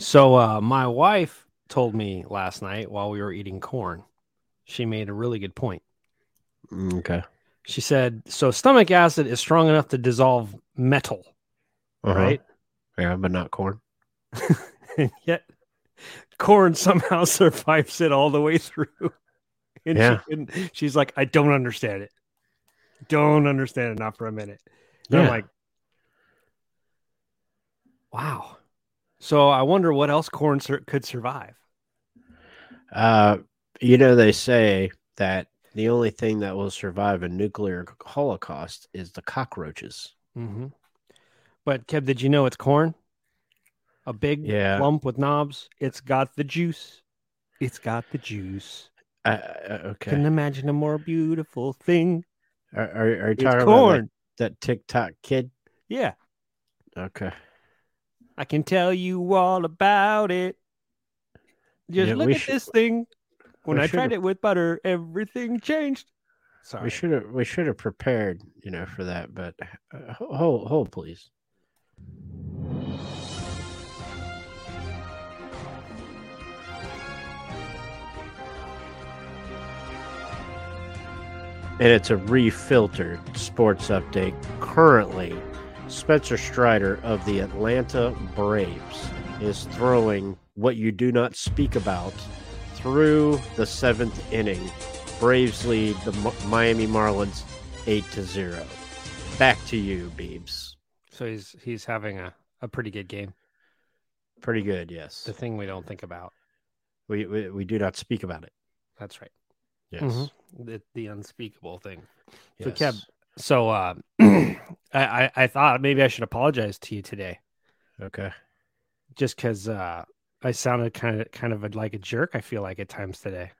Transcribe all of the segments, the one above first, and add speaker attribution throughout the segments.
Speaker 1: So uh, my wife told me last night while we were eating corn, she made a really good point.
Speaker 2: Okay.
Speaker 1: She said, "So stomach acid is strong enough to dissolve metal,
Speaker 2: Uh-huh.
Speaker 1: right?
Speaker 2: Yeah, but not corn.
Speaker 1: And yet, corn somehow survives it all the way through." And she
Speaker 2: Yeah.
Speaker 1: couldn't- she's like, "I don't understand it. Don't understand it, not for a minute." And I'm
Speaker 2: Yeah.
Speaker 1: like, "Wow." So I wonder what else corn sur- could survive.
Speaker 2: Uh, you know, they say that the only thing that will survive a nuclear holocaust is the cockroaches.
Speaker 1: Mm-hmm. But Kev, did you know it's corn? A big
Speaker 2: Yeah.
Speaker 1: lump with knobs. It's got the juice. It's got the juice.
Speaker 2: Uh, uh, okay.
Speaker 1: Can imagine a more beautiful thing.
Speaker 2: are, are, are you
Speaker 1: It's
Speaker 2: talking about
Speaker 1: corn.
Speaker 2: that, that TikTok kid?
Speaker 1: Yeah,
Speaker 2: Okay.
Speaker 1: I can tell you all about it. Just
Speaker 2: Yeah,
Speaker 1: look
Speaker 2: we
Speaker 1: at
Speaker 2: should-
Speaker 1: this thing. When
Speaker 2: we
Speaker 1: I tried
Speaker 2: should've-
Speaker 1: it with butter, everything changed. Sorry.
Speaker 2: We should have we should have prepared, you know, for that. But uh, ho- hold hold please. And it's a refiltered sports update. Currently, Spencer Strider of the Atlanta Braves is throwing what you do not speak about through the seventh inning Braves lead the M- Miami Marlins eight to zero. Back to you, Beebs.
Speaker 1: So he's he's having a, a pretty good game.
Speaker 2: Pretty good, yes.
Speaker 1: The thing we don't think about.
Speaker 2: We, we we do not speak about it.
Speaker 1: That's right.
Speaker 2: Yes.
Speaker 1: Mhm. The the unspeakable thing. So,
Speaker 2: yes.
Speaker 1: Kev, So uh, I, I I thought maybe I should apologize to you today,
Speaker 2: Okay.
Speaker 1: just because uh, I sounded kind of kind of like a jerk. I feel like at times today.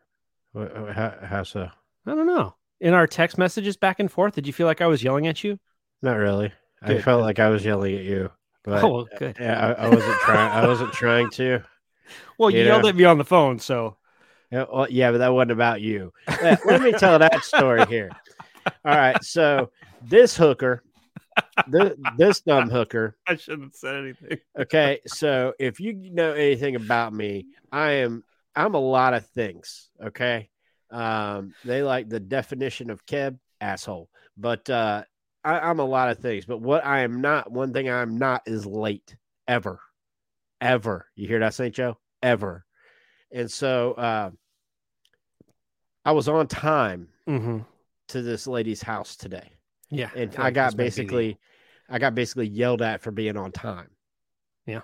Speaker 2: Wha- wha- How, how so?
Speaker 1: I don't know. In our text messages back and forth, did you feel like I was yelling at you?
Speaker 2: Not really. I
Speaker 1: Good.
Speaker 2: felt like I was yelling at you, but
Speaker 1: oh, well, good.
Speaker 2: yeah, I, I wasn't trying. I wasn't trying to.
Speaker 1: Well, you
Speaker 2: you
Speaker 1: yelled
Speaker 2: know.
Speaker 1: at me on the phone, so
Speaker 2: Yeah, well, yeah, but that wasn't about you. Uh, Let me tell that story here. All right, so this hooker, this, this dumb hooker,
Speaker 1: I shouldn't have said anything.
Speaker 2: Okay, so if you know anything about me, I am I'm a lot of things. Okay, um, they like the definition of Keb asshole, but uh, I, I'm a lot of things. But what I am not, one thing I'm not, is late ever, ever. You hear that, Saint Joe? Ever. And so uh, I was on time
Speaker 1: Mm-hmm.
Speaker 2: to this lady's house today,
Speaker 1: Yeah,
Speaker 2: and
Speaker 1: feel
Speaker 2: I
Speaker 1: like
Speaker 2: got
Speaker 1: this might be the-
Speaker 2: basically, I got basically yelled at for being on time.
Speaker 1: Yeah.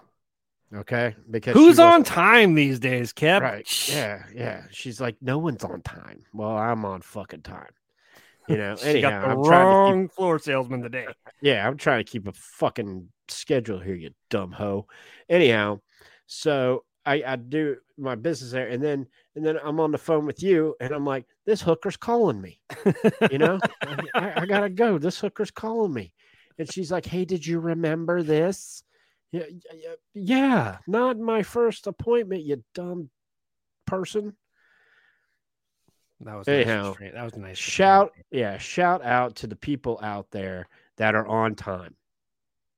Speaker 2: Okay. Because
Speaker 1: who's
Speaker 2: she was-
Speaker 1: on time these days, Kev?
Speaker 2: Right. Yeah. Yeah. She's like, no one's on time. Well, I'm on fucking time. You know.
Speaker 1: She
Speaker 2: anyhow,
Speaker 1: got the
Speaker 2: I'm trying to
Speaker 1: wrong floor salesman today.
Speaker 2: keep. Yeah, I'm trying to keep a fucking schedule here, you dumb hoe. Anyhow, so I I do my business there, and then and then I'm on the phone with you, and I'm like, this hooker's calling me. You know, I, I- I gotta go. This hooker's calling me, and she's like, hey, did you remember this? Yeah, y- y- yeah, not my first appointment, you dumb person.
Speaker 1: That was
Speaker 2: Anyhow,
Speaker 1: nice. That was nice.
Speaker 2: shout yeah shout out to the people out there that are on time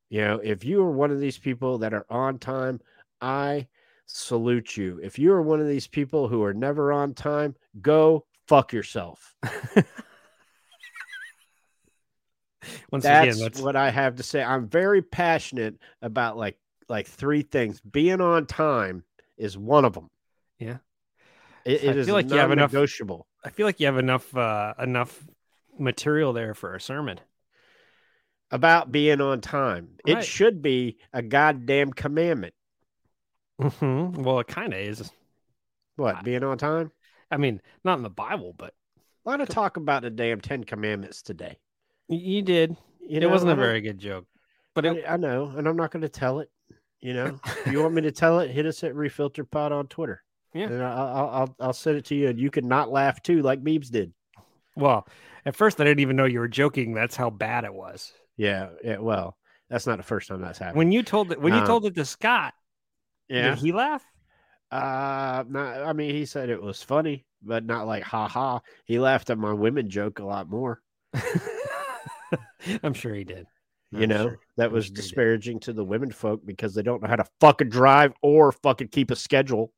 Speaker 2: you know if you are one of these people that are on time i salute you if you are one of these people who are never on time go fuck yourself
Speaker 1: Once
Speaker 2: that's,
Speaker 1: again, that's
Speaker 2: what i have to say i'm very passionate about like like three things being on time is one of them
Speaker 1: Yeah.
Speaker 2: it,
Speaker 1: I
Speaker 2: it is
Speaker 1: feel like
Speaker 2: like
Speaker 1: you have enough-
Speaker 2: negotiable
Speaker 1: I feel like you have enough uh, enough material there for a sermon.
Speaker 2: about being on time
Speaker 1: Right.
Speaker 2: it should be a goddamn commandment
Speaker 1: Mm-hmm. Well, it kind of is. I-
Speaker 2: what being on time
Speaker 1: I mean, not in the Bible, but
Speaker 2: A lot of talk about the damn Ten Commandments today.
Speaker 1: y- you did.
Speaker 2: You
Speaker 1: it
Speaker 2: know,
Speaker 1: wasn't
Speaker 2: I
Speaker 1: a
Speaker 2: don't-
Speaker 1: very good joke. But
Speaker 2: I,
Speaker 1: it,
Speaker 2: I know, and I'm not going to tell it. You know, if you want me to tell it, hit us at Refilter Pod on Twitter.
Speaker 1: Yeah.
Speaker 2: and I- I'll, I'll I'll send it to you, and you can not laugh too, like Beebs did.
Speaker 1: well, at first I didn't even know you were joking. That's how bad it was.
Speaker 2: Yeah, yeah. Well, that's not the first time that's happened.
Speaker 1: When you told it, when you
Speaker 2: Um,
Speaker 1: told it to Scott,
Speaker 2: Uh, yeah,
Speaker 1: did he laugh?
Speaker 2: Uh, not, I mean, he said it was funny, but not like ha ha. He laughed at my women joke a lot more.
Speaker 1: I'm sure he did.
Speaker 2: You
Speaker 1: I'm
Speaker 2: know,
Speaker 1: sure.
Speaker 2: that
Speaker 1: I'm
Speaker 2: was
Speaker 1: sure he did.
Speaker 2: disparaging to the women folk because they don't know how to fucking drive or fucking keep a schedule.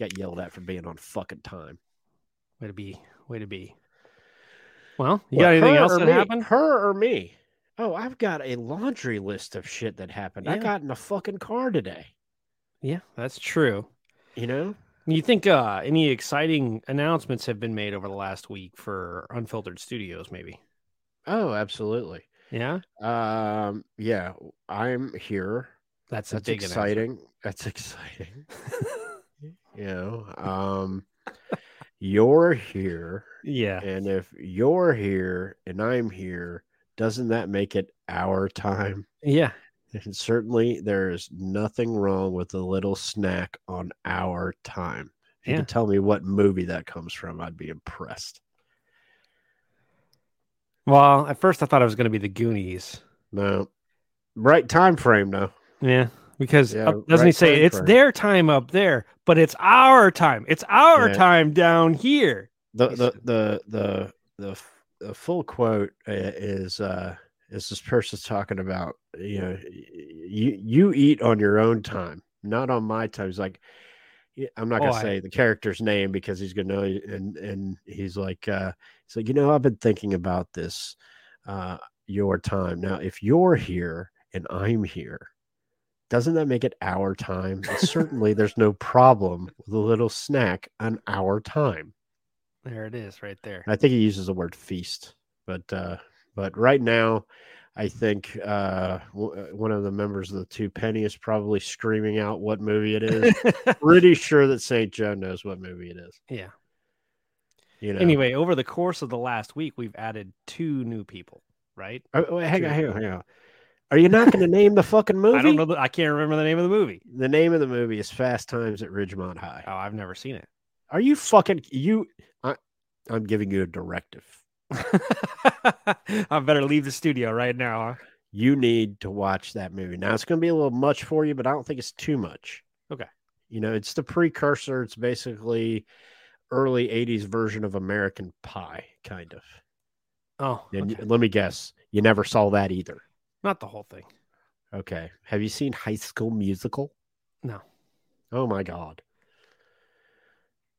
Speaker 2: Got yelled at for being on fucking time.
Speaker 1: Way to be. Way to be. Well, you
Speaker 2: What,
Speaker 1: got anything
Speaker 2: her
Speaker 1: else
Speaker 2: or
Speaker 1: that
Speaker 2: me?
Speaker 1: happened?
Speaker 2: Her or me? Oh, I've got a laundry list of shit that happened. I
Speaker 1: Yeah.
Speaker 2: got in the fucking car today.
Speaker 1: Yeah, that's true.
Speaker 2: You know,
Speaker 1: You think uh, any exciting announcements have been made over the last week for Unfiltered Studios? Maybe.
Speaker 2: Oh, absolutely.
Speaker 1: Yeah,
Speaker 2: Um, yeah, I'm here.
Speaker 1: that's, a
Speaker 2: That's
Speaker 1: big
Speaker 2: exciting. That's exciting. You know, um, you're here,
Speaker 1: announcement.
Speaker 2: and if you're here and I'm here, doesn't that make it our time?
Speaker 1: Yeah, yeah.
Speaker 2: And certainly, there is nothing wrong with a little snack on our time. If you
Speaker 1: Yeah.
Speaker 2: could tell me what movie that comes from, I'd be impressed.
Speaker 1: Well, at first I thought it was going to be the Goonies.
Speaker 2: No, right time frame though.
Speaker 1: Yeah, because
Speaker 2: Yeah,
Speaker 1: up- doesn't he
Speaker 2: right
Speaker 1: say
Speaker 2: time
Speaker 1: it's
Speaker 2: frame.
Speaker 1: their time up there, but it's our time. It's our
Speaker 2: Yeah.
Speaker 1: time down here.
Speaker 2: the
Speaker 1: He
Speaker 2: the
Speaker 1: said-
Speaker 2: the the the, f- the full quote uh, is uh is this person's talking about you know y- you you eat on your own time not on my time he's like yeah, i'm not gonna
Speaker 1: Oh, I-
Speaker 2: say the character's name because he's gonna know and and he's like uh so you know i've been thinking about this uh your time now if you're here and i'm here doesn't that make it our time And certainly there's no problem with a little snack on our time
Speaker 1: There it is, right there.
Speaker 2: I think he uses the word feast, but uh, but right now, I think uh, w- uh, one of the members of the Two Penny is probably screaming out what movie it is. Pretty sure that Saint Joe knows what movie it is.
Speaker 1: yeah.
Speaker 2: You know.
Speaker 1: Anyway, over the course of the last week, we've added two new people. Right?
Speaker 2: Oh, wait, hang on,
Speaker 1: Two.
Speaker 2: hang on, hang on. Are you not going to name the fucking movie?
Speaker 1: I don't know. The, I can't remember the name of the movie.
Speaker 2: The name of the movie is Fast Times at Ridgemont High.
Speaker 1: Oh, I've never seen it.
Speaker 2: Are you fucking you? I, I'm giving you a directive.
Speaker 1: I better leave the studio right now. huh?
Speaker 2: you need to watch that movie. Now it's going to be a little much for you, but I don't think it's too much.
Speaker 1: Okay.
Speaker 2: You know, it's the precursor. It's basically early '80s version of American Pie, kind of.
Speaker 1: Oh,
Speaker 2: And
Speaker 1: okay.
Speaker 2: let me guess, you never saw that either.
Speaker 1: not the whole thing.
Speaker 2: Okay. Have you seen High School Musical?
Speaker 1: No.
Speaker 2: Oh my God,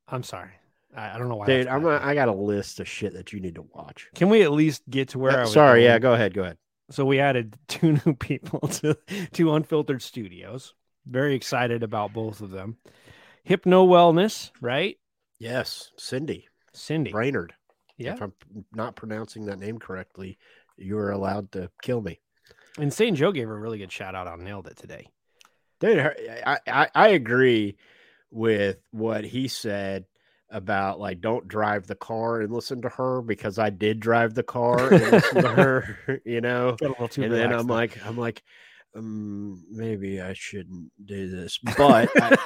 Speaker 1: I'm sorry. I, I don't know why.
Speaker 2: dude!
Speaker 1: that's
Speaker 2: I'm.
Speaker 1: bad.
Speaker 2: A, I got a list of shit that you need to watch.
Speaker 1: Can we at least get to where
Speaker 2: Uh,
Speaker 1: I was?
Speaker 2: sorry.
Speaker 1: going?
Speaker 2: Yeah. Go ahead. Go ahead.
Speaker 1: so we added two new people to to unfiltered studios very excited about both of them hypno wellness right
Speaker 2: Yes, Cindy
Speaker 1: cindy
Speaker 2: Brainerd.
Speaker 1: yeah
Speaker 2: If I'm not pronouncing that name correctly, you are allowed to kill me.
Speaker 1: and st joe gave her a really good shout out on nailed it today
Speaker 2: dude her- I, I i agree with what he said about like don't drive the car and listen to her because i did drive the car and listen to her you know
Speaker 1: Got a little too
Speaker 2: and then
Speaker 1: relaxed
Speaker 2: i'm
Speaker 1: there.
Speaker 2: like i'm like um, maybe i shouldn't do this but I,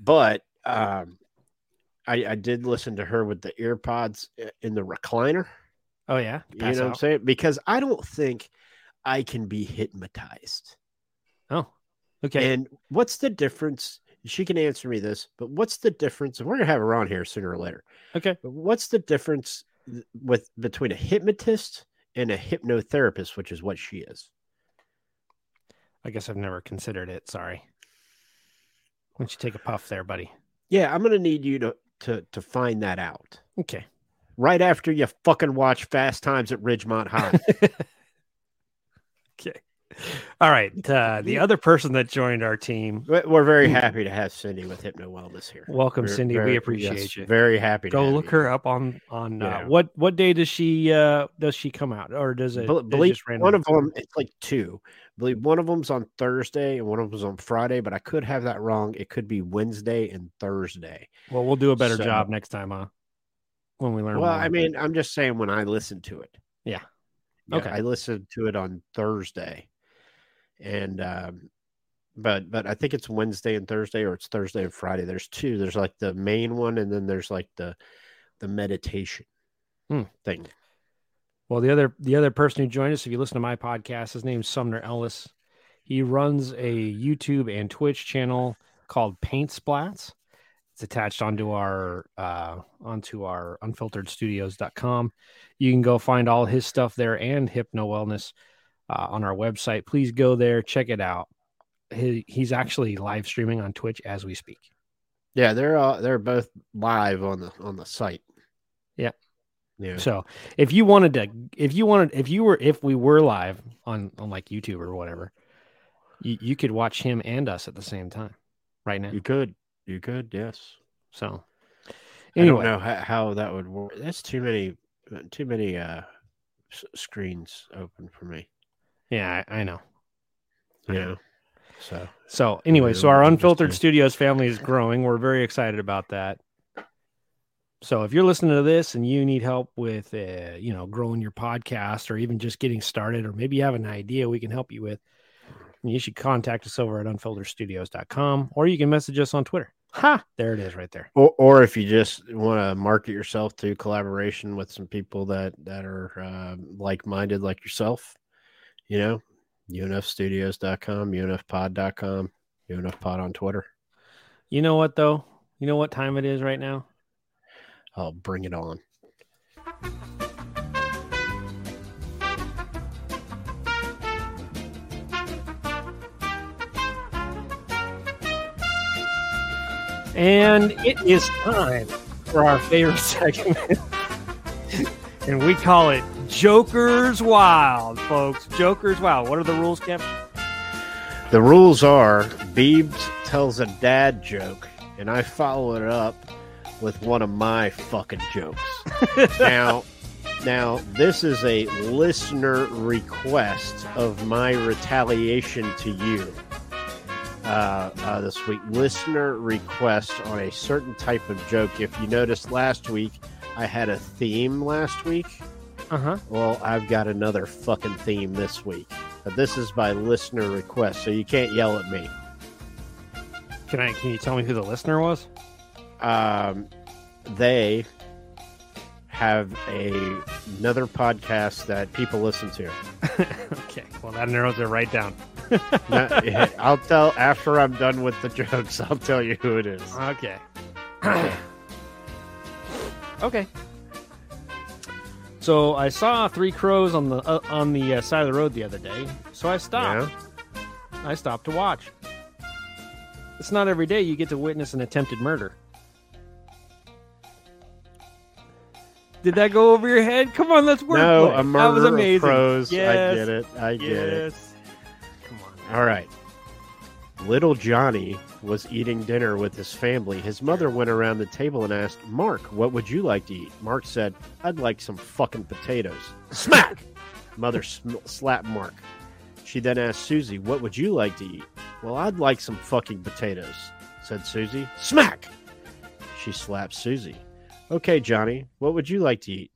Speaker 2: but um I, I did listen to her with the ear pods i- in the recliner
Speaker 1: oh yeah
Speaker 2: you
Speaker 1: Pass
Speaker 2: know what i'm
Speaker 1: out.
Speaker 2: saying because i don't think i can be hypnotized
Speaker 1: oh okay
Speaker 2: And what's the difference? She can answer me this, but what's the difference? And we're gonna have her on here sooner or later.
Speaker 1: okay
Speaker 2: But what's the difference th- with between a hypnotist and a hypnotherapist, which is what she is?
Speaker 1: i guess i've never considered it sorry why don't you take a puff there buddy
Speaker 2: Yeah, I'm gonna need you to to to find that out
Speaker 1: okay
Speaker 2: right after you fucking watch Fast Times at Ridgemont High.
Speaker 1: all right uh, the other person that joined our team
Speaker 2: We- we're very happy to have Cindy with Hypno Wellness here.
Speaker 1: welcome
Speaker 2: We're
Speaker 1: cindy
Speaker 2: very-
Speaker 1: we appreciate
Speaker 2: yes,
Speaker 1: you
Speaker 2: Very happy. to
Speaker 1: go
Speaker 2: have
Speaker 1: look
Speaker 2: you.
Speaker 1: her up on on
Speaker 2: Yeah.
Speaker 1: uh, what what day does she uh does she come out or does it
Speaker 2: Bel-
Speaker 1: is it
Speaker 2: believe
Speaker 1: just random?
Speaker 2: one of them it's like two I believe one of them's on thursday and one of them's on friday but i could have that wrong it could be wednesday and thursday
Speaker 1: well we'll do a better
Speaker 2: So-
Speaker 1: job next time huh when we learn
Speaker 2: well
Speaker 1: more.
Speaker 2: i mean i'm just saying when i listen to it
Speaker 1: Yeah.
Speaker 2: okay
Speaker 1: Okay.
Speaker 2: i listened to it on thursday and um but but i think it's wednesday and thursday or it's thursday and friday there's two there's like the main one and then there's like the the meditation
Speaker 1: Hmm.
Speaker 2: thing
Speaker 1: well the other the other person who joined us if you listen to my podcast his name's sumner ellis he runs a youtube and twitch channel called Paint Splats. It's attached onto our uh, onto our unfilteredstudios.com. You can go find all his stuff there and Hypno Wellness uh, on our website. Please go there, check it out. He, he's actually live streaming on Twitch as we speak.
Speaker 2: Yeah, they're uh, they're both live on the on the site.
Speaker 1: Yep.
Speaker 2: Yeah.
Speaker 1: So if you wanted to, if you wanted, if you were, if we were live on on like YouTube or whatever, you, you could watch him and us at the same time right now.
Speaker 2: You could. You could, yes.
Speaker 1: So
Speaker 2: I
Speaker 1: anyway,
Speaker 2: don't know how, how that would work. That's too many too many uh s- screens open for me.
Speaker 1: yeah, I, I know. I
Speaker 2: You
Speaker 1: know.
Speaker 2: know. So
Speaker 1: So anyway,
Speaker 2: Yeah,
Speaker 1: so our
Speaker 2: that's
Speaker 1: unfiltered
Speaker 2: interesting.
Speaker 1: studios family is growing. We're very excited about that. So if you're listening to this and you need help with, uh, you know, growing your podcast or even just getting started, or maybe you have an idea we can help you with, you should contact us over at unfilteredstudios.com or you can message us on Twitter. Ha! There it is right there.
Speaker 2: or, or if you just want to market yourself to collaboration with some people that that are uh, like-minded like yourself, you know, unfstudios.com, unfpod.com, unfpod on Twitter.
Speaker 1: You know what though? You know what time it is right now?
Speaker 2: I'll bring it on.
Speaker 1: And it is time for our favorite segment. and we call it Joker's Wild, folks. Joker's Wild. What are the rules, Kevin?
Speaker 2: The rules are Beebs tells a dad joke, and I follow it up with one of my fucking jokes. now, now this is a listener request of my retaliation to you uh, uh, this week. Listener request on a certain type of joke. If you noticed last week, I had a theme last week.
Speaker 1: Uh huh.
Speaker 2: Well, I've got another fucking theme this week. But this is by listener request, so you can't yell at me.
Speaker 1: Can I? Can you tell me who the listener was?
Speaker 2: Um, they have a, another podcast that people listen to.
Speaker 1: Okay. Well, that narrows it right down.
Speaker 2: Not- I'll tell after I'm done with the jokes. I'll tell you who it is.
Speaker 1: Okay. okay. So I saw three crows on the uh, on the uh, side of the road the other day. So I stopped.
Speaker 2: Yeah.
Speaker 1: I stopped to watch. It's not every day you get to witness an attempted murder. Did that go over your head? Come on, let's work.
Speaker 2: No,
Speaker 1: play.
Speaker 2: a murder
Speaker 1: that was amazing.
Speaker 2: of crows.
Speaker 1: Yes,
Speaker 2: I get it. I get it.
Speaker 1: Yes. Come on.
Speaker 2: All right. Little Johnny was eating dinner with his family. His mother went around the table and asked, Mark, what would you like to eat? Mark said, I'd like some fucking potatoes. Smack! mother sm- slapped Mark. She then asked Susie, What would you like to eat? Well, I'd like some fucking potatoes, said Susie. Smack! She slapped Susie. Okay, Johnny, what would you like to eat?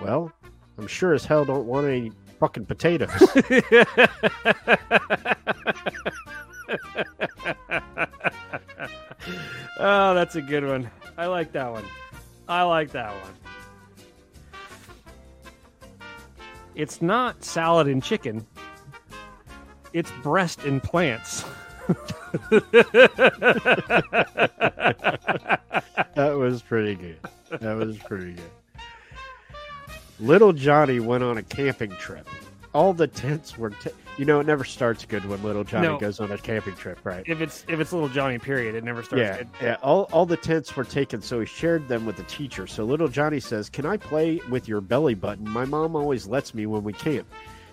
Speaker 2: Well, I'm sure as hell don't want any fucking potatoes.
Speaker 1: oh, that's a good one. I like that one. I like that one. It's not salad and chicken. It's breast and plants.
Speaker 2: That was pretty good. That was pretty good. Little Johnny went on a camping trip. All the tents were, t- you know, it never starts good when Little Johnny
Speaker 1: No.
Speaker 2: goes on a camping trip, right?
Speaker 1: if it's if it's little Johnny, period, it never starts.
Speaker 2: Yeah,
Speaker 1: good.
Speaker 2: yeah. All, all the tents were taken, so he shared them with the teacher. So little Johnny says, "Can I play with your belly button? My mom always lets me when we camp."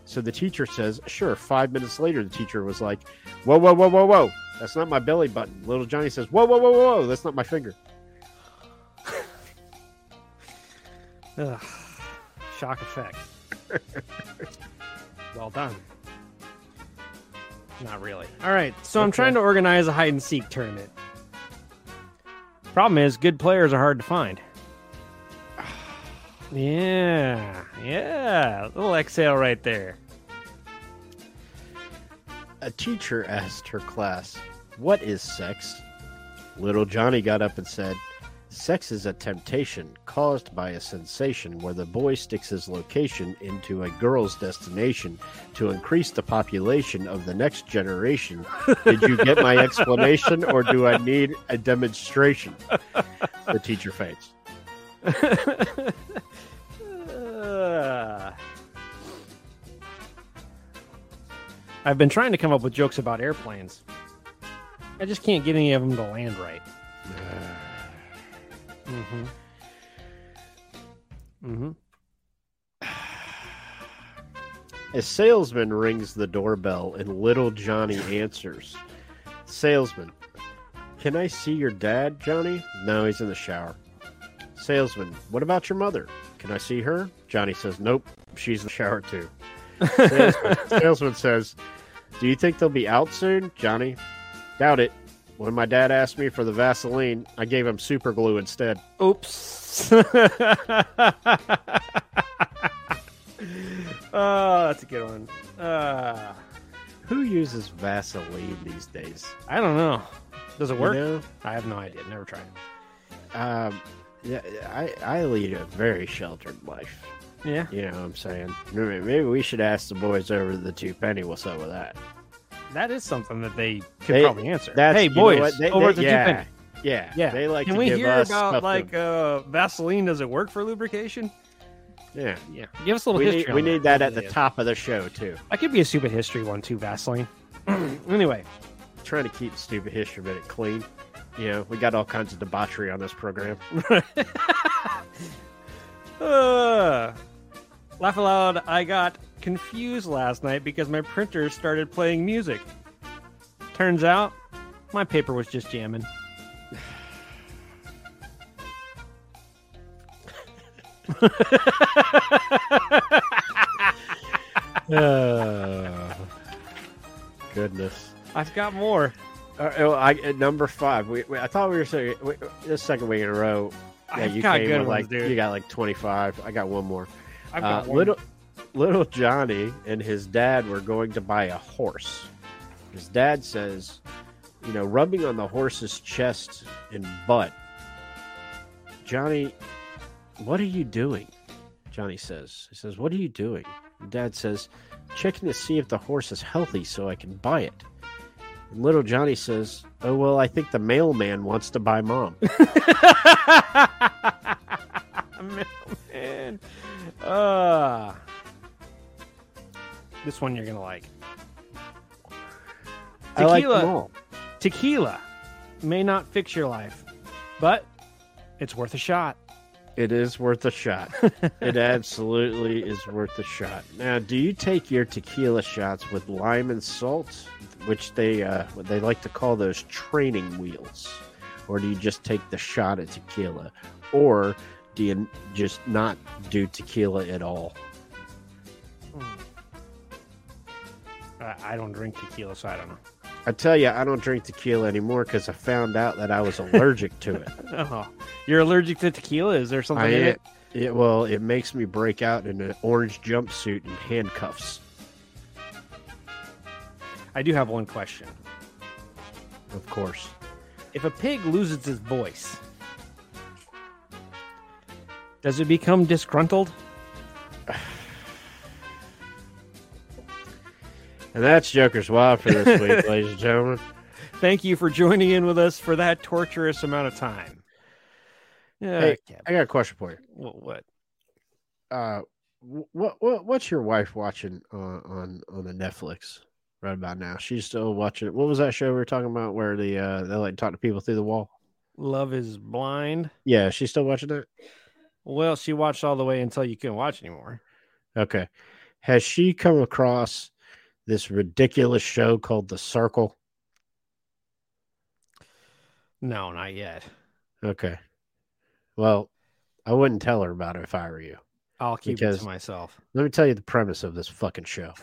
Speaker 2: So the teacher says, "Sure." Five minutes later, the teacher was like, "Whoa, whoa, whoa, whoa, whoa! That's not my belly button." Little Johnny says, "Whoa, whoa, whoa, whoa! whoa. That's not my finger."
Speaker 1: Ugh. Shock effect. well done. Not really. All right, so I'm
Speaker 2: Okay.
Speaker 1: trying to organize a hide and seek tournament. Problem is, good players are hard to find. Yeah, yeah. Little exhale right there.
Speaker 2: A teacher asked her class, What is sex? Little Johnny got up and said, Sex is a temptation caused by a sensation where the boy sticks his location into a girl's destination to increase the population of the next generation. Did you get my explanation or do I need a demonstration? The teacher faints.
Speaker 1: Uh, I've been trying to come up with jokes about airplanes. I just can't get any of them to land right. Mm-hmm. Mm-hmm.
Speaker 2: A salesman rings the doorbell and little Johnny answers. Salesman, can I see your dad, Johnny? No, he's in the shower. Salesman, what about your mother? Can I see her? Johnny says, Nope, she's in the shower too. Salesman, salesman says, Do you think they'll be out soon? Johnny, doubt it. When my dad asked me for the Vaseline, I gave him super glue instead.
Speaker 1: Oops. oh, that's a good one. Uh,
Speaker 2: Who uses Vaseline these days?
Speaker 1: I don't know. Does it
Speaker 2: You
Speaker 1: work?
Speaker 2: know?
Speaker 1: I have no idea. Never tried it.
Speaker 2: Um, yeah, I, I lead a very sheltered life.
Speaker 1: Yeah.
Speaker 2: You know what I'm saying? Maybe maybe we should ask the boys over at the two penny what's up with that.
Speaker 1: That is something that they could
Speaker 2: They-
Speaker 1: probably answer.
Speaker 2: That's,
Speaker 1: hey,
Speaker 2: you know
Speaker 1: boys,
Speaker 2: what? They-
Speaker 1: over
Speaker 2: they-
Speaker 1: at the
Speaker 2: yeah,
Speaker 1: Japan.
Speaker 2: Yeah,
Speaker 1: Yeah.
Speaker 2: They like
Speaker 1: Can
Speaker 2: to
Speaker 1: we
Speaker 2: give
Speaker 1: hear
Speaker 2: us
Speaker 1: about
Speaker 2: stuff to-
Speaker 1: like uh, Vaseline? Does it work for lubrication?
Speaker 2: yeah.
Speaker 1: Yeah, give us a little
Speaker 2: We
Speaker 1: history.
Speaker 2: need, we
Speaker 1: on
Speaker 2: need that at the
Speaker 1: Yeah.
Speaker 2: top of the show too.
Speaker 1: I could be a stupid history one too. Vaseline. anyway,
Speaker 2: Trying to keep stupid history minute clean. You know, we got all kinds of debauchery on this program.
Speaker 1: uh, laugh aloud. I got confused last night because my printer started playing music. Turns out, my paper was just jamming. Uh,
Speaker 2: Oh, goodness.
Speaker 1: I've got more.
Speaker 2: All right, well, Uh, oh, I, at number five, we, we, I thought we were saying we, this second week in a row. Yeah,
Speaker 1: I've
Speaker 2: you
Speaker 1: got
Speaker 2: came
Speaker 1: good
Speaker 2: with
Speaker 1: ones,
Speaker 2: like
Speaker 1: dude.
Speaker 2: you got like twenty five. I got one more.
Speaker 1: I've
Speaker 2: Uh,
Speaker 1: got one.
Speaker 2: little little Johnny and his dad were going to buy a horse. His dad says, you know, rubbing on the horse's chest and butt. Johnny, what are you doing? Johnny says. He says, "What are you doing?" Dad says, "Checking to see if the horse is healthy so I can buy it." And little Johnny says, "Oh well, I think the mailman wants to buy mom."
Speaker 1: Man. Uh, this one you're going to like.
Speaker 2: I like
Speaker 1: Tequila.
Speaker 2: them all.
Speaker 1: Tequila may not fix your life, but it's worth a shot.
Speaker 2: It is worth a shot. it absolutely is worth a shot. Now, do you take your tequila shots with lime and salt, which they uh, what they like to call those training wheels, or do you just take the shot at tequila, or do you just not do tequila at all?
Speaker 1: Mm. I, I don't drink tequila, so I don't know.
Speaker 2: I tell you, I don't drink tequila anymore because I found out that I was allergic to it.
Speaker 1: Oh, you're allergic to tequila? Is there something
Speaker 2: I
Speaker 1: in
Speaker 2: am,
Speaker 1: it?
Speaker 2: it. Well, it makes me break out in an orange jumpsuit and handcuffs.
Speaker 1: I do have one question.
Speaker 2: Of course.
Speaker 1: If a pig loses its voice, does it become disgruntled?
Speaker 2: And that's Joker's Wild for this week, ladies and gentlemen.
Speaker 1: Thank you for joining in with us for that torturous amount of time. Yeah.
Speaker 2: Hey. I got a question for you.
Speaker 1: What? what?
Speaker 2: Uh, what, what what's your wife watching on on on the Netflix right about now? She's still watching. What was that show we were talking about where the uh they like talk to people through the wall?
Speaker 1: Love is blind.
Speaker 2: Yeah, she's still watching that.
Speaker 1: Well, she watched all the way until you couldn't watch anymore.
Speaker 2: Okay, has she come across this ridiculous show called The Circle?
Speaker 1: No, not yet.
Speaker 2: Okay, well, I wouldn't tell her about it if I were you.
Speaker 1: I'll keep it
Speaker 2: Because-
Speaker 1: to myself.
Speaker 2: Let me tell you the premise of this fucking show.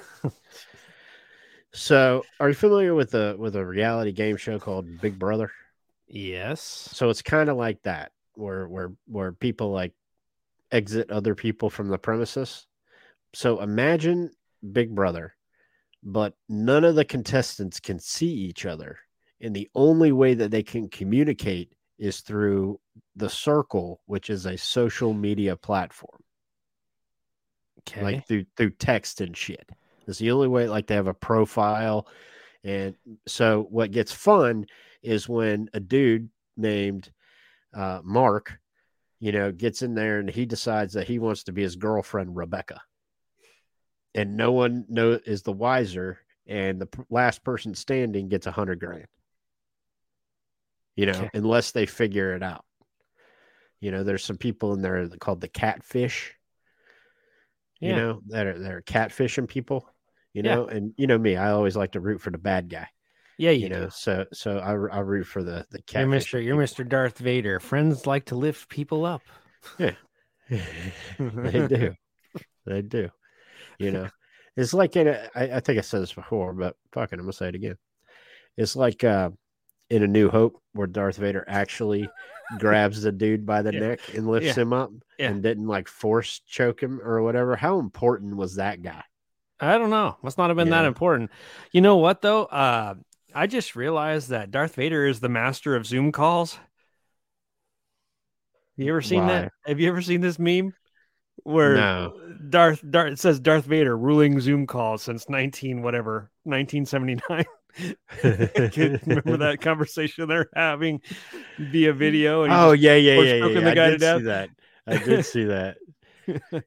Speaker 2: so, are you familiar with a with a reality game show called Big Brother?
Speaker 1: Yes.
Speaker 2: So it's kind of like that, where where where people like exit other people from the premises. So imagine Big Brother, but none of the contestants can see each other, and the only way that they can communicate is through the circle, which is a social media platform.
Speaker 1: Okay.
Speaker 2: like through through text and shit. It's the only way. Like they have a profile, and so what gets fun is when a dude named uh, Mark, you know, gets in there and he decides that he wants to be his girlfriend Rebecca, and no one know is the wiser, and the p- last person standing gets a hundred grand. You know,
Speaker 1: Okay.
Speaker 2: unless they figure it out. You know, there's some people in there that- called the catfish you
Speaker 1: Yeah.
Speaker 2: know that are that are catfishing people you
Speaker 1: Yeah.
Speaker 2: know and you know me i always like to root for the bad guy
Speaker 1: yeah, you,
Speaker 2: you, know
Speaker 1: do.
Speaker 2: so so I, I root for the the
Speaker 1: You're
Speaker 2: cat
Speaker 1: Mister. You're Mister. Darth Vader. Friends like to lift people up.
Speaker 2: they do they do you know it's like in a, I, I think i said this before but fucking i'm gonna say it again it's like uh in a new hope where darth vader actually grabs the dude by the
Speaker 1: Yeah.
Speaker 2: neck and lifts
Speaker 1: Yeah.
Speaker 2: him up
Speaker 1: Yeah.
Speaker 2: and didn't like force choke him or whatever how important was that guy
Speaker 1: I don't know. Must not have been that
Speaker 2: Yeah.
Speaker 1: important. You know what though? Uh, I just realized that Darth Vader is the master of Zoom calls. You ever seen
Speaker 2: Why?
Speaker 1: that? Have you ever seen this meme where
Speaker 2: No.
Speaker 1: Darth Darth it says Darth Vader ruling Zoom calls since nineteen whatever nineteen seventy nine. I can't remember that conversation they're having via video. And he
Speaker 2: Oh yeah, yeah,
Speaker 1: or
Speaker 2: yeah, yeah.
Speaker 1: choking
Speaker 2: yeah.
Speaker 1: the guy
Speaker 2: I
Speaker 1: to
Speaker 2: did see that. I did see that.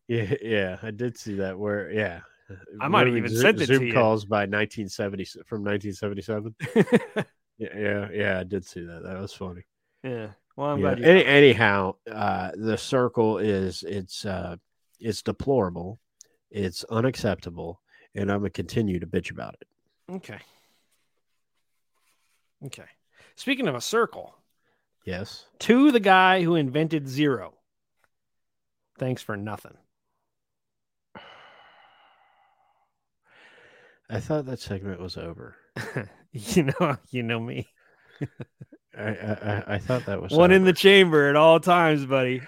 Speaker 2: yeah, yeah, I did see that. Where, yeah,
Speaker 1: I might have
Speaker 2: Moving
Speaker 1: even sent it to
Speaker 2: Zoom
Speaker 1: you.
Speaker 2: calls by 1970 from 1977. yeah, yeah, yeah, I did see that. That was funny.
Speaker 1: yeah. Well, I'm
Speaker 2: Yeah.
Speaker 1: glad you.
Speaker 2: Any, anyhow, uh, the circle is it's uh, it's deplorable, it's unacceptable, and I'm gonna continue to bitch about it.
Speaker 1: Okay. Okay. Speaking of a circle,
Speaker 2: Yes.
Speaker 1: to the guy who invented zero. Thanks for nothing.
Speaker 2: I thought that segment was over.
Speaker 1: you know, you know me.
Speaker 2: I I, I, I thought that was
Speaker 1: One in
Speaker 2: over.
Speaker 1: the chamber at all times, buddy.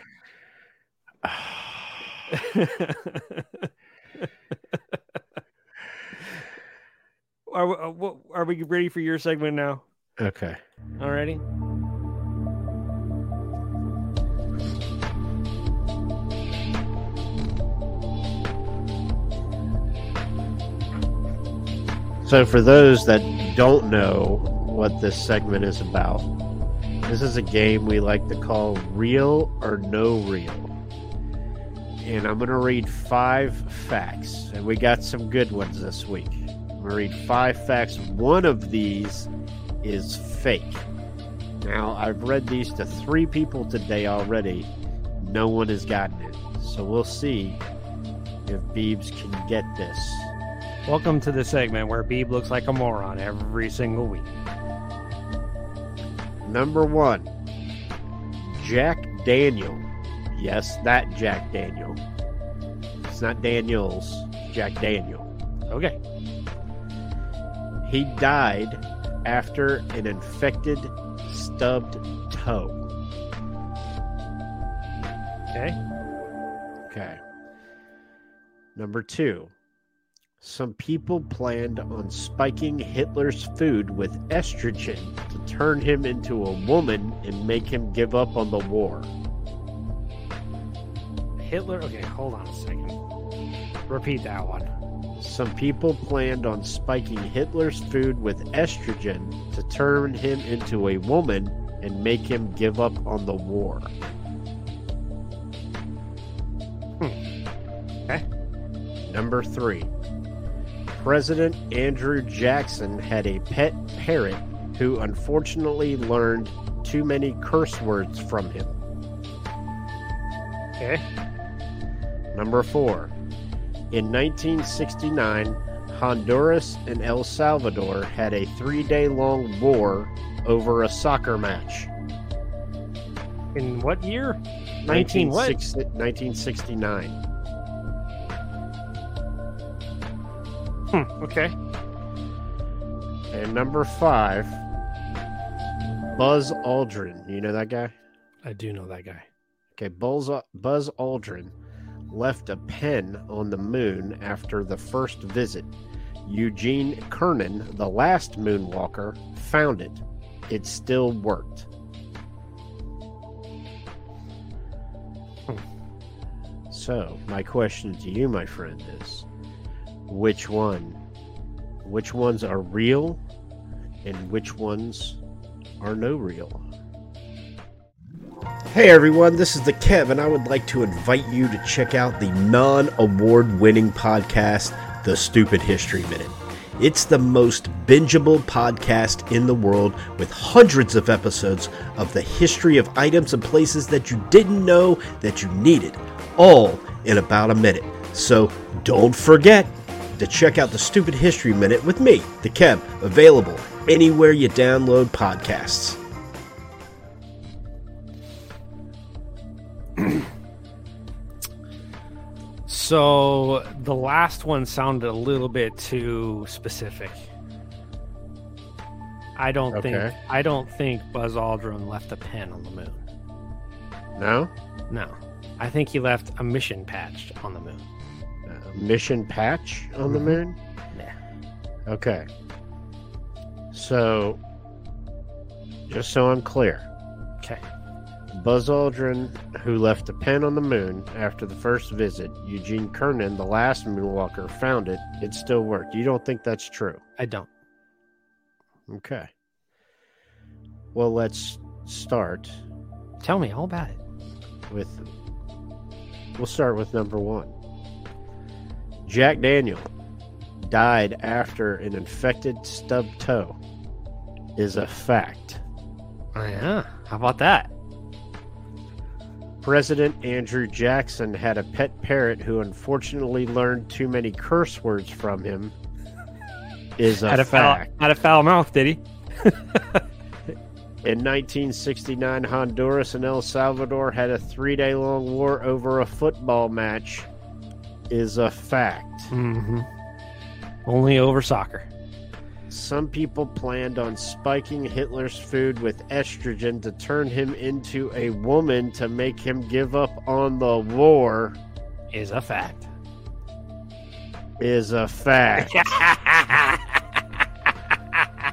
Speaker 1: are we, uh, what- are we ready for your segment now?
Speaker 2: okay.
Speaker 1: Already?
Speaker 2: So, for those that don't know what this segment is about, this is a game we like to call Real or No Real. And I'm going to read five facts. And we got some good ones this week. I'm going to read five facts. One of these is fake. Now, I've read these to three people today already. No one has gotten it. So, we'll see if Beebs can get this.
Speaker 1: Welcome to the segment where Beeb looks like a moron every single week.
Speaker 2: Number one, Jack Daniel. Yes, that Jack Daniel. It's not Daniels, Jack Daniel.
Speaker 1: Okay.
Speaker 2: He died after an infected stubbed toe.
Speaker 1: Okay.
Speaker 2: Okay. Number two, some people planned on spiking Hitler's food with estrogen to turn him into a woman and make him give up on the war.
Speaker 1: Hitler. Okay, hold on a second. Repeat that one.
Speaker 2: Some people planned on spiking Hitler's food with estrogen to turn him into a woman and make him give up on the war.
Speaker 1: Okay.
Speaker 2: Number three President Andrew Jackson had a pet parrot who unfortunately learned too many curse words from him.
Speaker 1: Okay.
Speaker 2: Number four. In 1969, Honduras and El Salvador had a three day long war over a soccer match.
Speaker 1: In what year? 19 what?
Speaker 2: 1960 1969.
Speaker 1: Hmm, okay.
Speaker 2: And number five, Buzz Aldrin. You know that guy?
Speaker 1: I do know that guy.
Speaker 2: Okay, Buzz, Buzz Aldrin left a pen on the moon after the first visit. Eugene Kernan, the last moonwalker, found it. It still worked. So, my question to you, my friend, is which one? Which ones are real and which ones are no real? Hey everyone, this is the Kev, and I would like to invite you to check out the non award winning podcast, The Stupid History Minute. It's the most bingeable podcast in the world with hundreds of episodes of the history of items and places that you didn't know that you needed, all in about a minute. So don't forget to check out The Stupid History Minute with me, the Kev, available anywhere you download podcasts.
Speaker 1: So the last one sounded a little bit too specific. I don't think
Speaker 2: Okay.
Speaker 1: I don't think Buzz Aldrin left a pen on the moon.
Speaker 2: No?
Speaker 1: No. I think he left a mission patch on the moon.
Speaker 2: Uh, mission patch on the
Speaker 1: Mhm.
Speaker 2: moon?
Speaker 1: Yeah.
Speaker 2: Okay. So, just so I'm clear,
Speaker 1: Okay.
Speaker 2: Buzz Aldrin, who left a pen on the moon after the first visit, Eugene Kernan, the last moonwalker, found it. It still worked. You don't think that's true?
Speaker 1: I don't.
Speaker 2: Okay. Well, let's start
Speaker 1: Tell me all about it.
Speaker 2: with. We'll start with number one. Jack Daniel died after an infected stub toe is a fact.
Speaker 1: Oh, yeah. How about that?
Speaker 2: President Andrew Jackson had a pet parrot who unfortunately learned too many curse words from him. Is a
Speaker 1: had a foul
Speaker 2: fact.
Speaker 1: had a foul mouth, did he?
Speaker 2: In 1969, Honduras and El Salvador had a three-day-long war over a football match. Is a fact.
Speaker 1: Mm-hmm. Only over soccer.
Speaker 2: Some people planned on spiking Hitler's food with estrogen to turn him into a woman to make him give up on the war.
Speaker 1: Is a fact.
Speaker 2: Is a fact.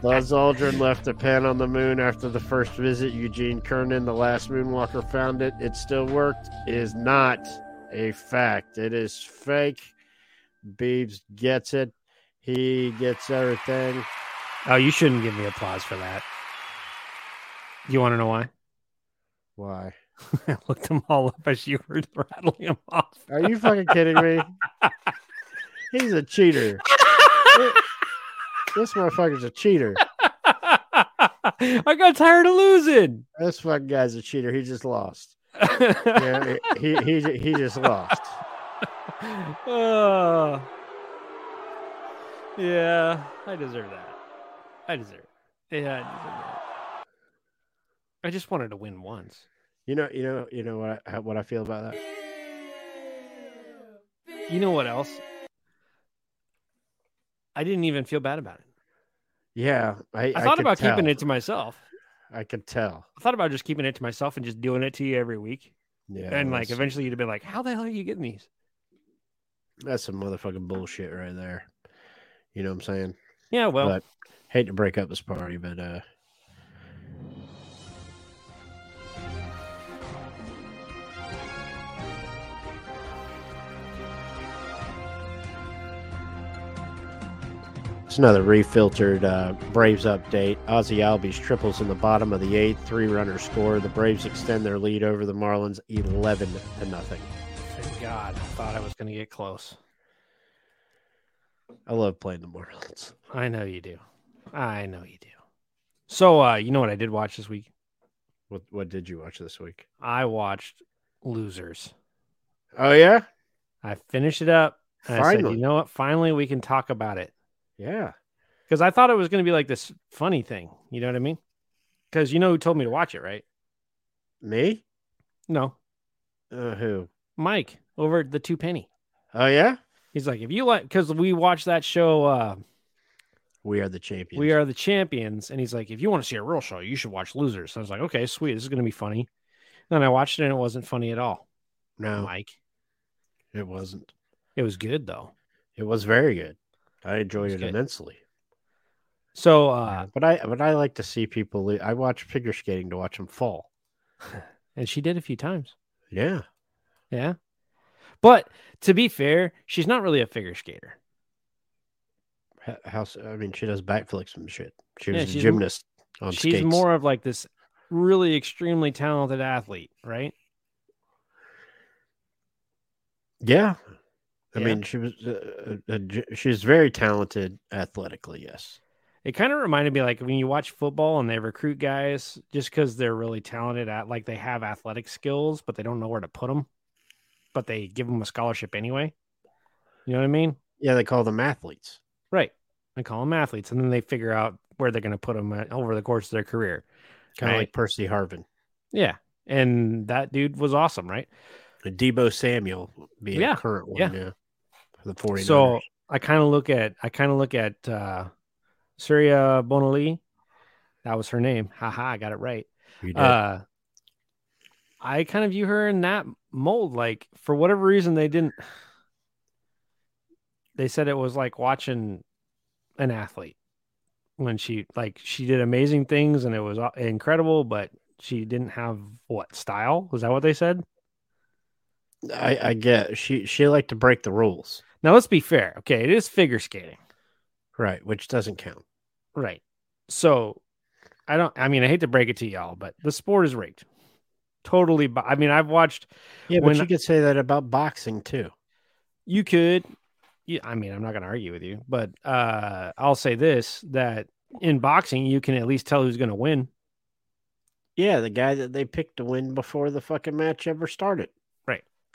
Speaker 2: Buzz Aldrin left a pen on the moon after the first visit. Eugene Kernan, the last moonwalker, found it. It still worked. Is not a fact. It is fake. Beebs gets it. He gets everything.
Speaker 1: oh, you shouldn't give me applause for that. You want to know why?
Speaker 2: Why?
Speaker 1: I looked them all up as you were rattling them off.
Speaker 2: Are you fucking kidding me? He's a cheater. This motherfucker's a cheater.
Speaker 1: I got tired of losing.
Speaker 2: This fucking guy's a cheater. He just lost. Yeah, he, he, he, he just lost.
Speaker 1: Oh. yeah, I deserve that. I deserve it. Yeah, I deserve that. I just wanted to win once.
Speaker 2: You know, you know, you know what I, what I feel about that.
Speaker 1: You know what else? I didn't even feel bad about it.
Speaker 2: Yeah, I,
Speaker 1: I thought
Speaker 2: could
Speaker 1: about keeping
Speaker 2: tell.
Speaker 1: it to myself.
Speaker 2: I could tell.
Speaker 1: I thought about just keeping it to myself and just doing it to you every week.
Speaker 2: Yeah,
Speaker 1: and like
Speaker 2: that's,
Speaker 1: eventually you'd have been like, How the hell are you getting these?
Speaker 2: that's some motherfucking bullshit right there. You know what I'm saying?
Speaker 1: Yeah, well,
Speaker 2: But- Hate to break up this party, but uh, It's another refiltered uh, Braves update. Ozzy Albies triples in the bottom of the eighth, three-runner score. The Braves extend their lead over the Marlins, eleven to nothing.
Speaker 1: thank God. I thought I was gonna get close.
Speaker 2: I love playing the Marlins.
Speaker 1: I know you do. I know you do. So uh, you know what I did watch this week?
Speaker 2: What What did you watch this week?
Speaker 1: I watched Losers.
Speaker 2: Oh yeah,
Speaker 1: I finished it up. And I said,
Speaker 2: Finally.
Speaker 1: you know what? Finally we can talk about it.
Speaker 2: yeah.
Speaker 1: Because I thought it was gonna be like this funny thing. You know what I mean? Because you know who told me to watch it, right?
Speaker 2: Me?
Speaker 1: No.
Speaker 2: Uh, who?
Speaker 1: Mike over at the two penny.
Speaker 2: Oh yeah.
Speaker 1: He's like, if you like, because we watched that show, uh,
Speaker 2: We are the champions.
Speaker 1: We Are the Champions. And he's like, if you want to see a real show, you should watch Losers. So I was like, okay, sweet. This is going to be funny. And then I watched it and it wasn't funny at all.
Speaker 2: No,
Speaker 1: Mike,
Speaker 2: it wasn't.
Speaker 1: it was good though.
Speaker 2: It was very good. I enjoyed
Speaker 1: was
Speaker 2: it
Speaker 1: good.
Speaker 2: immensely.
Speaker 1: So, uh,
Speaker 2: but I but I like to see people. lo- I watch figure skating to watch them fall.
Speaker 1: and she did a few times.
Speaker 2: Yeah.
Speaker 1: Yeah. But to be fair, she's not really a figure skater.
Speaker 2: H- How? so- I mean, she does backflips and shit. She
Speaker 1: Yeah,
Speaker 2: was a
Speaker 1: she's m-
Speaker 2: gymnast on
Speaker 1: she's
Speaker 2: skates.
Speaker 1: more of like this really extremely talented athlete, right?
Speaker 2: Yeah. I
Speaker 1: Yeah.
Speaker 2: mean, she was. Uh, a, a, gy- she's very talented athletically. Yes.
Speaker 1: It kind of reminded me like when you watch football and they recruit guys just because they're really talented at like they have athletic skills, but they don't know where to put them, but they give them a scholarship anyway. You know what I mean?
Speaker 2: Yeah, they call them athletes.
Speaker 1: Right. They call them athletes and then they figure out where they're going to put them at, over the course of their career.
Speaker 2: Kind of
Speaker 1: Right.
Speaker 2: like Percy Harvin,
Speaker 1: Yeah. And that dude was awesome, right?
Speaker 2: and Debo Samuel being
Speaker 1: Yeah,
Speaker 2: a current one.
Speaker 1: yeah.
Speaker 2: Yeah. For the 49ers.
Speaker 1: So I kind of look at I kind of look at uh Surya Bonali. That was her name. Haha, I got it right.
Speaker 2: You did.
Speaker 1: Uh I kind of view her in that mold. Like for whatever reason they didn't they said it was like watching an athlete when she like she did amazing things and it was uh, incredible, but she didn't have what style? Was that what they said?
Speaker 2: I, I get she she liked to break the rules,
Speaker 1: Now let's be fair. Okay, it is figure skating.
Speaker 2: right? Which doesn't count.
Speaker 1: Right. So I don't I mean I hate to break it to y'all, but the sport is rigged. Totally bi- I mean I've watched
Speaker 2: Yeah,
Speaker 1: When-
Speaker 2: but you could say that about boxing too.
Speaker 1: you could you, I mean I'm not going to argue with you, but uh I'll say this that in boxing you can at least tell who's going to win.
Speaker 2: Yeah, the guy that they picked to win before the fucking match ever started.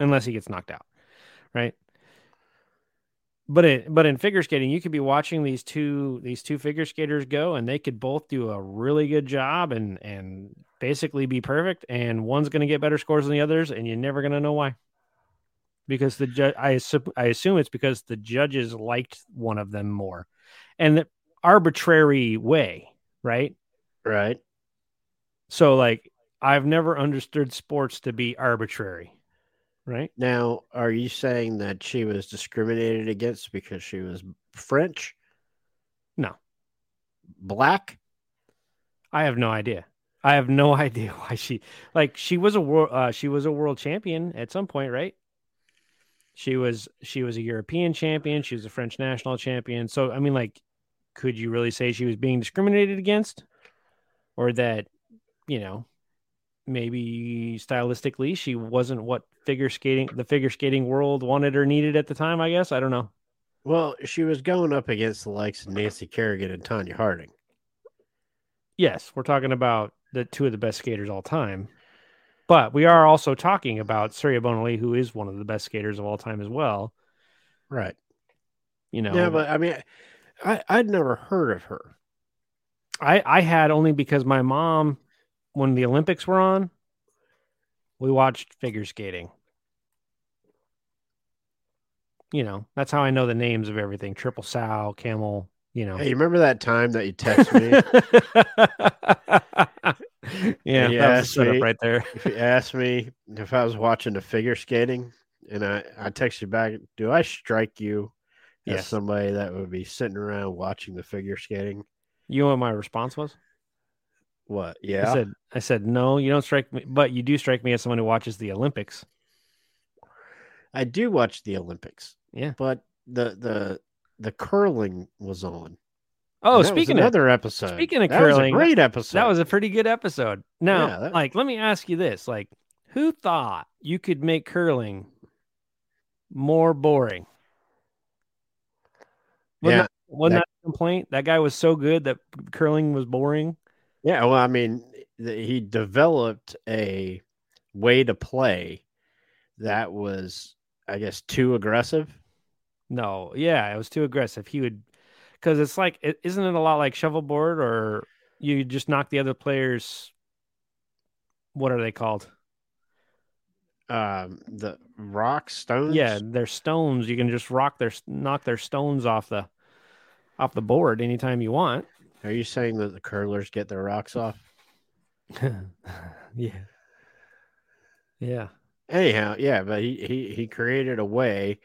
Speaker 1: unless he gets knocked out, right? But it, but in figure skating, you could be watching these two these two figure skaters go, and they could both do a really good job and and basically be perfect, and one's going to get better scores than the others, and you're never going to know why. Because the judge, I assume, I assume it's because the judges liked one of them more, and the arbitrary way, right?
Speaker 2: Right.
Speaker 1: So like, I've never understood sports to be arbitrary, right?
Speaker 2: Now, are you saying that she was discriminated against because she was French?
Speaker 1: No.
Speaker 2: Black?
Speaker 1: I have no idea. I have no idea why she like she was a world uh, she was a world champion at some point, right? She was she was a European champion. She was a French national champion. So I mean, like, could you really say she was being discriminated against, or that you know maybe stylistically she wasn't what figure skating the figure skating world wanted or needed at the time? I guess I don't know.
Speaker 2: Well, she was going up against the likes of Nancy Kerrigan and Tanya Harding.
Speaker 1: yes, we're talking about the two of the best skaters all time. But we are also talking about Surya Bonaly, who is one of the best skaters of all time as well.
Speaker 2: Right.
Speaker 1: You know,
Speaker 2: Yeah, but I mean, I, I'd never heard of her.
Speaker 1: I, I had only because my mom, when the Olympics were on, we watched figure skating. You know, that's how I know the names of everything. Triple sow, camel, you know.
Speaker 2: Hey, you remember that time that you texted me?
Speaker 1: yeah,
Speaker 2: You
Speaker 1: that was a
Speaker 2: asked
Speaker 1: setup
Speaker 2: me.
Speaker 1: right there.
Speaker 2: if you asked me if I was watching the figure skating and I, I text you back, do I strike you as
Speaker 1: Yes.
Speaker 2: somebody that would be sitting around watching the figure skating?
Speaker 1: You know what my response was?
Speaker 2: What? Yeah.
Speaker 1: I said, I said, no, you don't strike me, but you do strike me as someone who watches the Olympics.
Speaker 2: I do watch the Olympics.
Speaker 1: Yeah.
Speaker 2: But the the the curling was on.
Speaker 1: Oh,
Speaker 2: And that was
Speaker 1: speaking of,
Speaker 2: another episode.
Speaker 1: speaking of
Speaker 2: that was
Speaker 1: curling,
Speaker 2: a great episode.
Speaker 1: that was a pretty good episode. Now,
Speaker 2: Yeah, that-
Speaker 1: like, let me ask you this: like, who thought you could make curling more boring? Wasn't
Speaker 2: Yeah,
Speaker 1: that, wasn't
Speaker 2: that-
Speaker 1: that a complaint? That guy was so good that curling was boring.
Speaker 2: yeah. Well, I mean, th- he developed a way to play that was, I guess, too aggressive.
Speaker 1: No, yeah, it was too aggressive. He would, because it's like, is isn't it a lot like shovelboard, or you just knock the other players? What are they called?
Speaker 2: Um, the rock stones.
Speaker 1: Yeah, they're stones. You can just rock their, knock their stones off the, off the board anytime you want.
Speaker 2: Are you saying that the curlers get their rocks off?
Speaker 1: yeah, yeah,
Speaker 2: Anyhow, yeah, but he he he created a way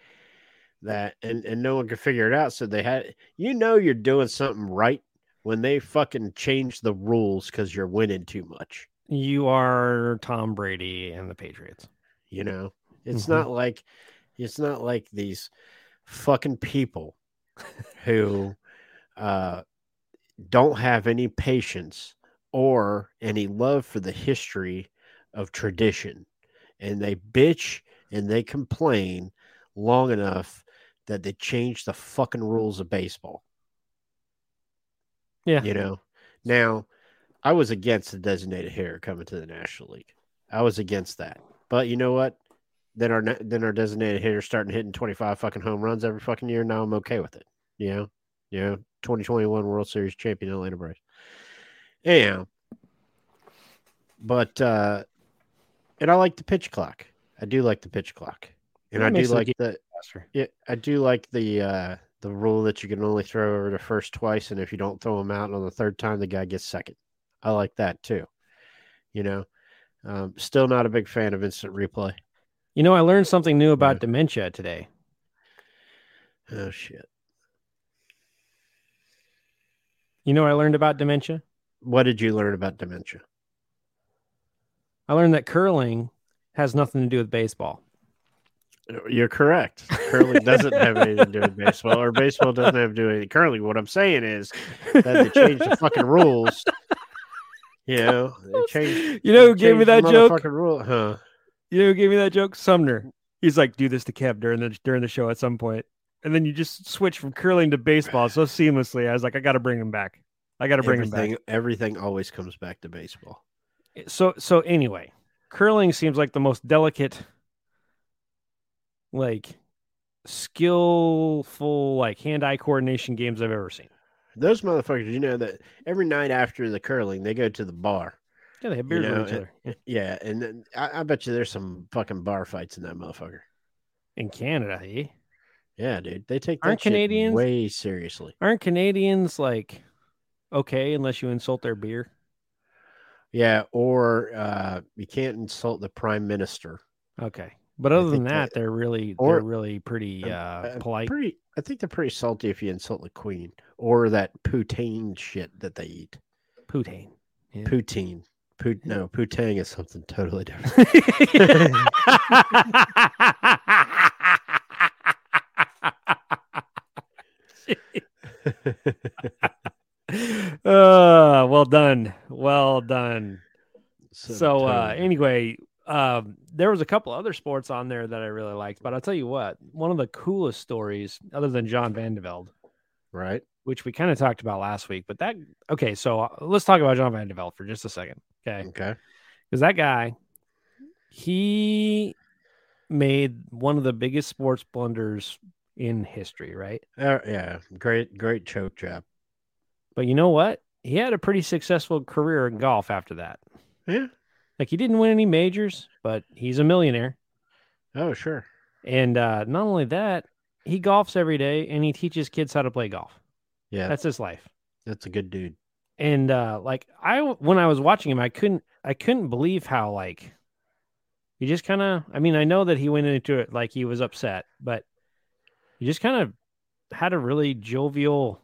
Speaker 2: that and and no one could figure it out. So they had you know you're doing something right when they fucking change the rules because you're winning too much.
Speaker 1: you are Tom Brady and the Patriots.
Speaker 2: You know, it's
Speaker 1: Mhm.
Speaker 2: not like It's not like these fucking people who uh, don't have any patience or any love for the history of tradition. And they bitch and they complain long enough that they change the fucking rules of baseball.
Speaker 1: Yeah.
Speaker 2: You know, now I was against the designated hitter coming to the National League. I was against that. But you know what? Then our ne- then our designated hitter starting hitting 25 fucking home runs every fucking year. Now I'm okay with it. You know, you know, 2021 World Series champion Atlanta Braves. Anyhow, but uh, and I like the pitch clock. I do like the pitch clock, and
Speaker 1: That
Speaker 2: I do
Speaker 1: makes the
Speaker 2: like
Speaker 1: game
Speaker 2: the
Speaker 1: faster.
Speaker 2: yeah, I do like the uh the rule that you can only throw over the first twice, and if you don't throw him out on the third time, the guy gets second. I like that too. You know, um, still not a big fan of instant replay.
Speaker 1: You know, I learned something new about
Speaker 2: Yeah.
Speaker 1: dementia today.
Speaker 2: Oh shit!
Speaker 1: You know, what I learned about dementia.
Speaker 2: What did you learn about dementia?
Speaker 1: I learned that curling has nothing to do with baseball.
Speaker 2: Uh, You're correct. Curling doesn't have anything to do with baseball, or baseball doesn't have to do with curling. What I'm saying is that they changed the fucking rules. You know, they changed.
Speaker 1: you know who
Speaker 2: they
Speaker 1: gave me
Speaker 2: changed the
Speaker 1: that joke?
Speaker 2: motherfucking Rule, huh?
Speaker 1: You know who gave me that joke? Sumner. He's like, do this to Kev during the during the show at some point, and then you just switch from curling to baseball so seamlessly. I was like, I got to bring him back. I got to bring him back.
Speaker 2: everything, everything always comes back to baseball.
Speaker 1: so so anyway curling seems like the most delicate like skillful like hand-eye coordination games i've ever seen
Speaker 2: Those motherfuckers, you know that every night after the curling, they go to the bar.
Speaker 1: yeah they have beers
Speaker 2: know,
Speaker 1: with each
Speaker 2: it-
Speaker 1: other Yeah.
Speaker 2: Yeah, and then I, I bet you there's some fucking bar fights in that motherfucker.
Speaker 1: in canada eh?
Speaker 2: Yeah, dude, they take that
Speaker 1: Aren't
Speaker 2: shit
Speaker 1: Canadians-
Speaker 2: way seriously.
Speaker 1: aren't canadians like okay unless you insult their beer
Speaker 2: Yeah, or uh, you can't insult the prime minister.
Speaker 1: okay but other than
Speaker 2: think
Speaker 1: that
Speaker 2: that-
Speaker 1: they're really
Speaker 2: or-
Speaker 1: they're really pretty
Speaker 2: I'm-
Speaker 1: uh
Speaker 2: I'm
Speaker 1: polite
Speaker 2: Pretty, I think they're pretty salty if you insult the queen or that poutine shit that they eat.
Speaker 1: poutine Yeah.
Speaker 2: Poutine, Pout, no, poutine is something totally different.
Speaker 1: uh, well done. Well done. So, uh,
Speaker 2: totally-
Speaker 1: anyway, um, there was a couple other sports on there that I really liked, but I'll tell you what, one of the coolest stories, other than John Vandeveld,
Speaker 2: right?
Speaker 1: which we kind of talked about last week, but that, okay, so uh, let's talk about John Vandeveld for just a second. Okay.
Speaker 2: Okay,
Speaker 1: Because that guy, he made one of the biggest sports blunders in history, right?
Speaker 2: Uh, yeah, great, great choke job.
Speaker 1: But you know what? He had a pretty successful career in golf after that.
Speaker 2: Yeah.
Speaker 1: Like he didn't win any majors, but he's a millionaire.
Speaker 2: Oh, sure.
Speaker 1: And uh, not only that, he golfs every day and he teaches kids how to play golf.
Speaker 2: Yeah,
Speaker 1: That's his life.
Speaker 2: that's a good dude.
Speaker 1: And uh, like I, when I was watching him, I couldn't, I couldn't believe how like he just kind of. I mean, I know that he went into it like he was upset, but he just kind of had a really jovial.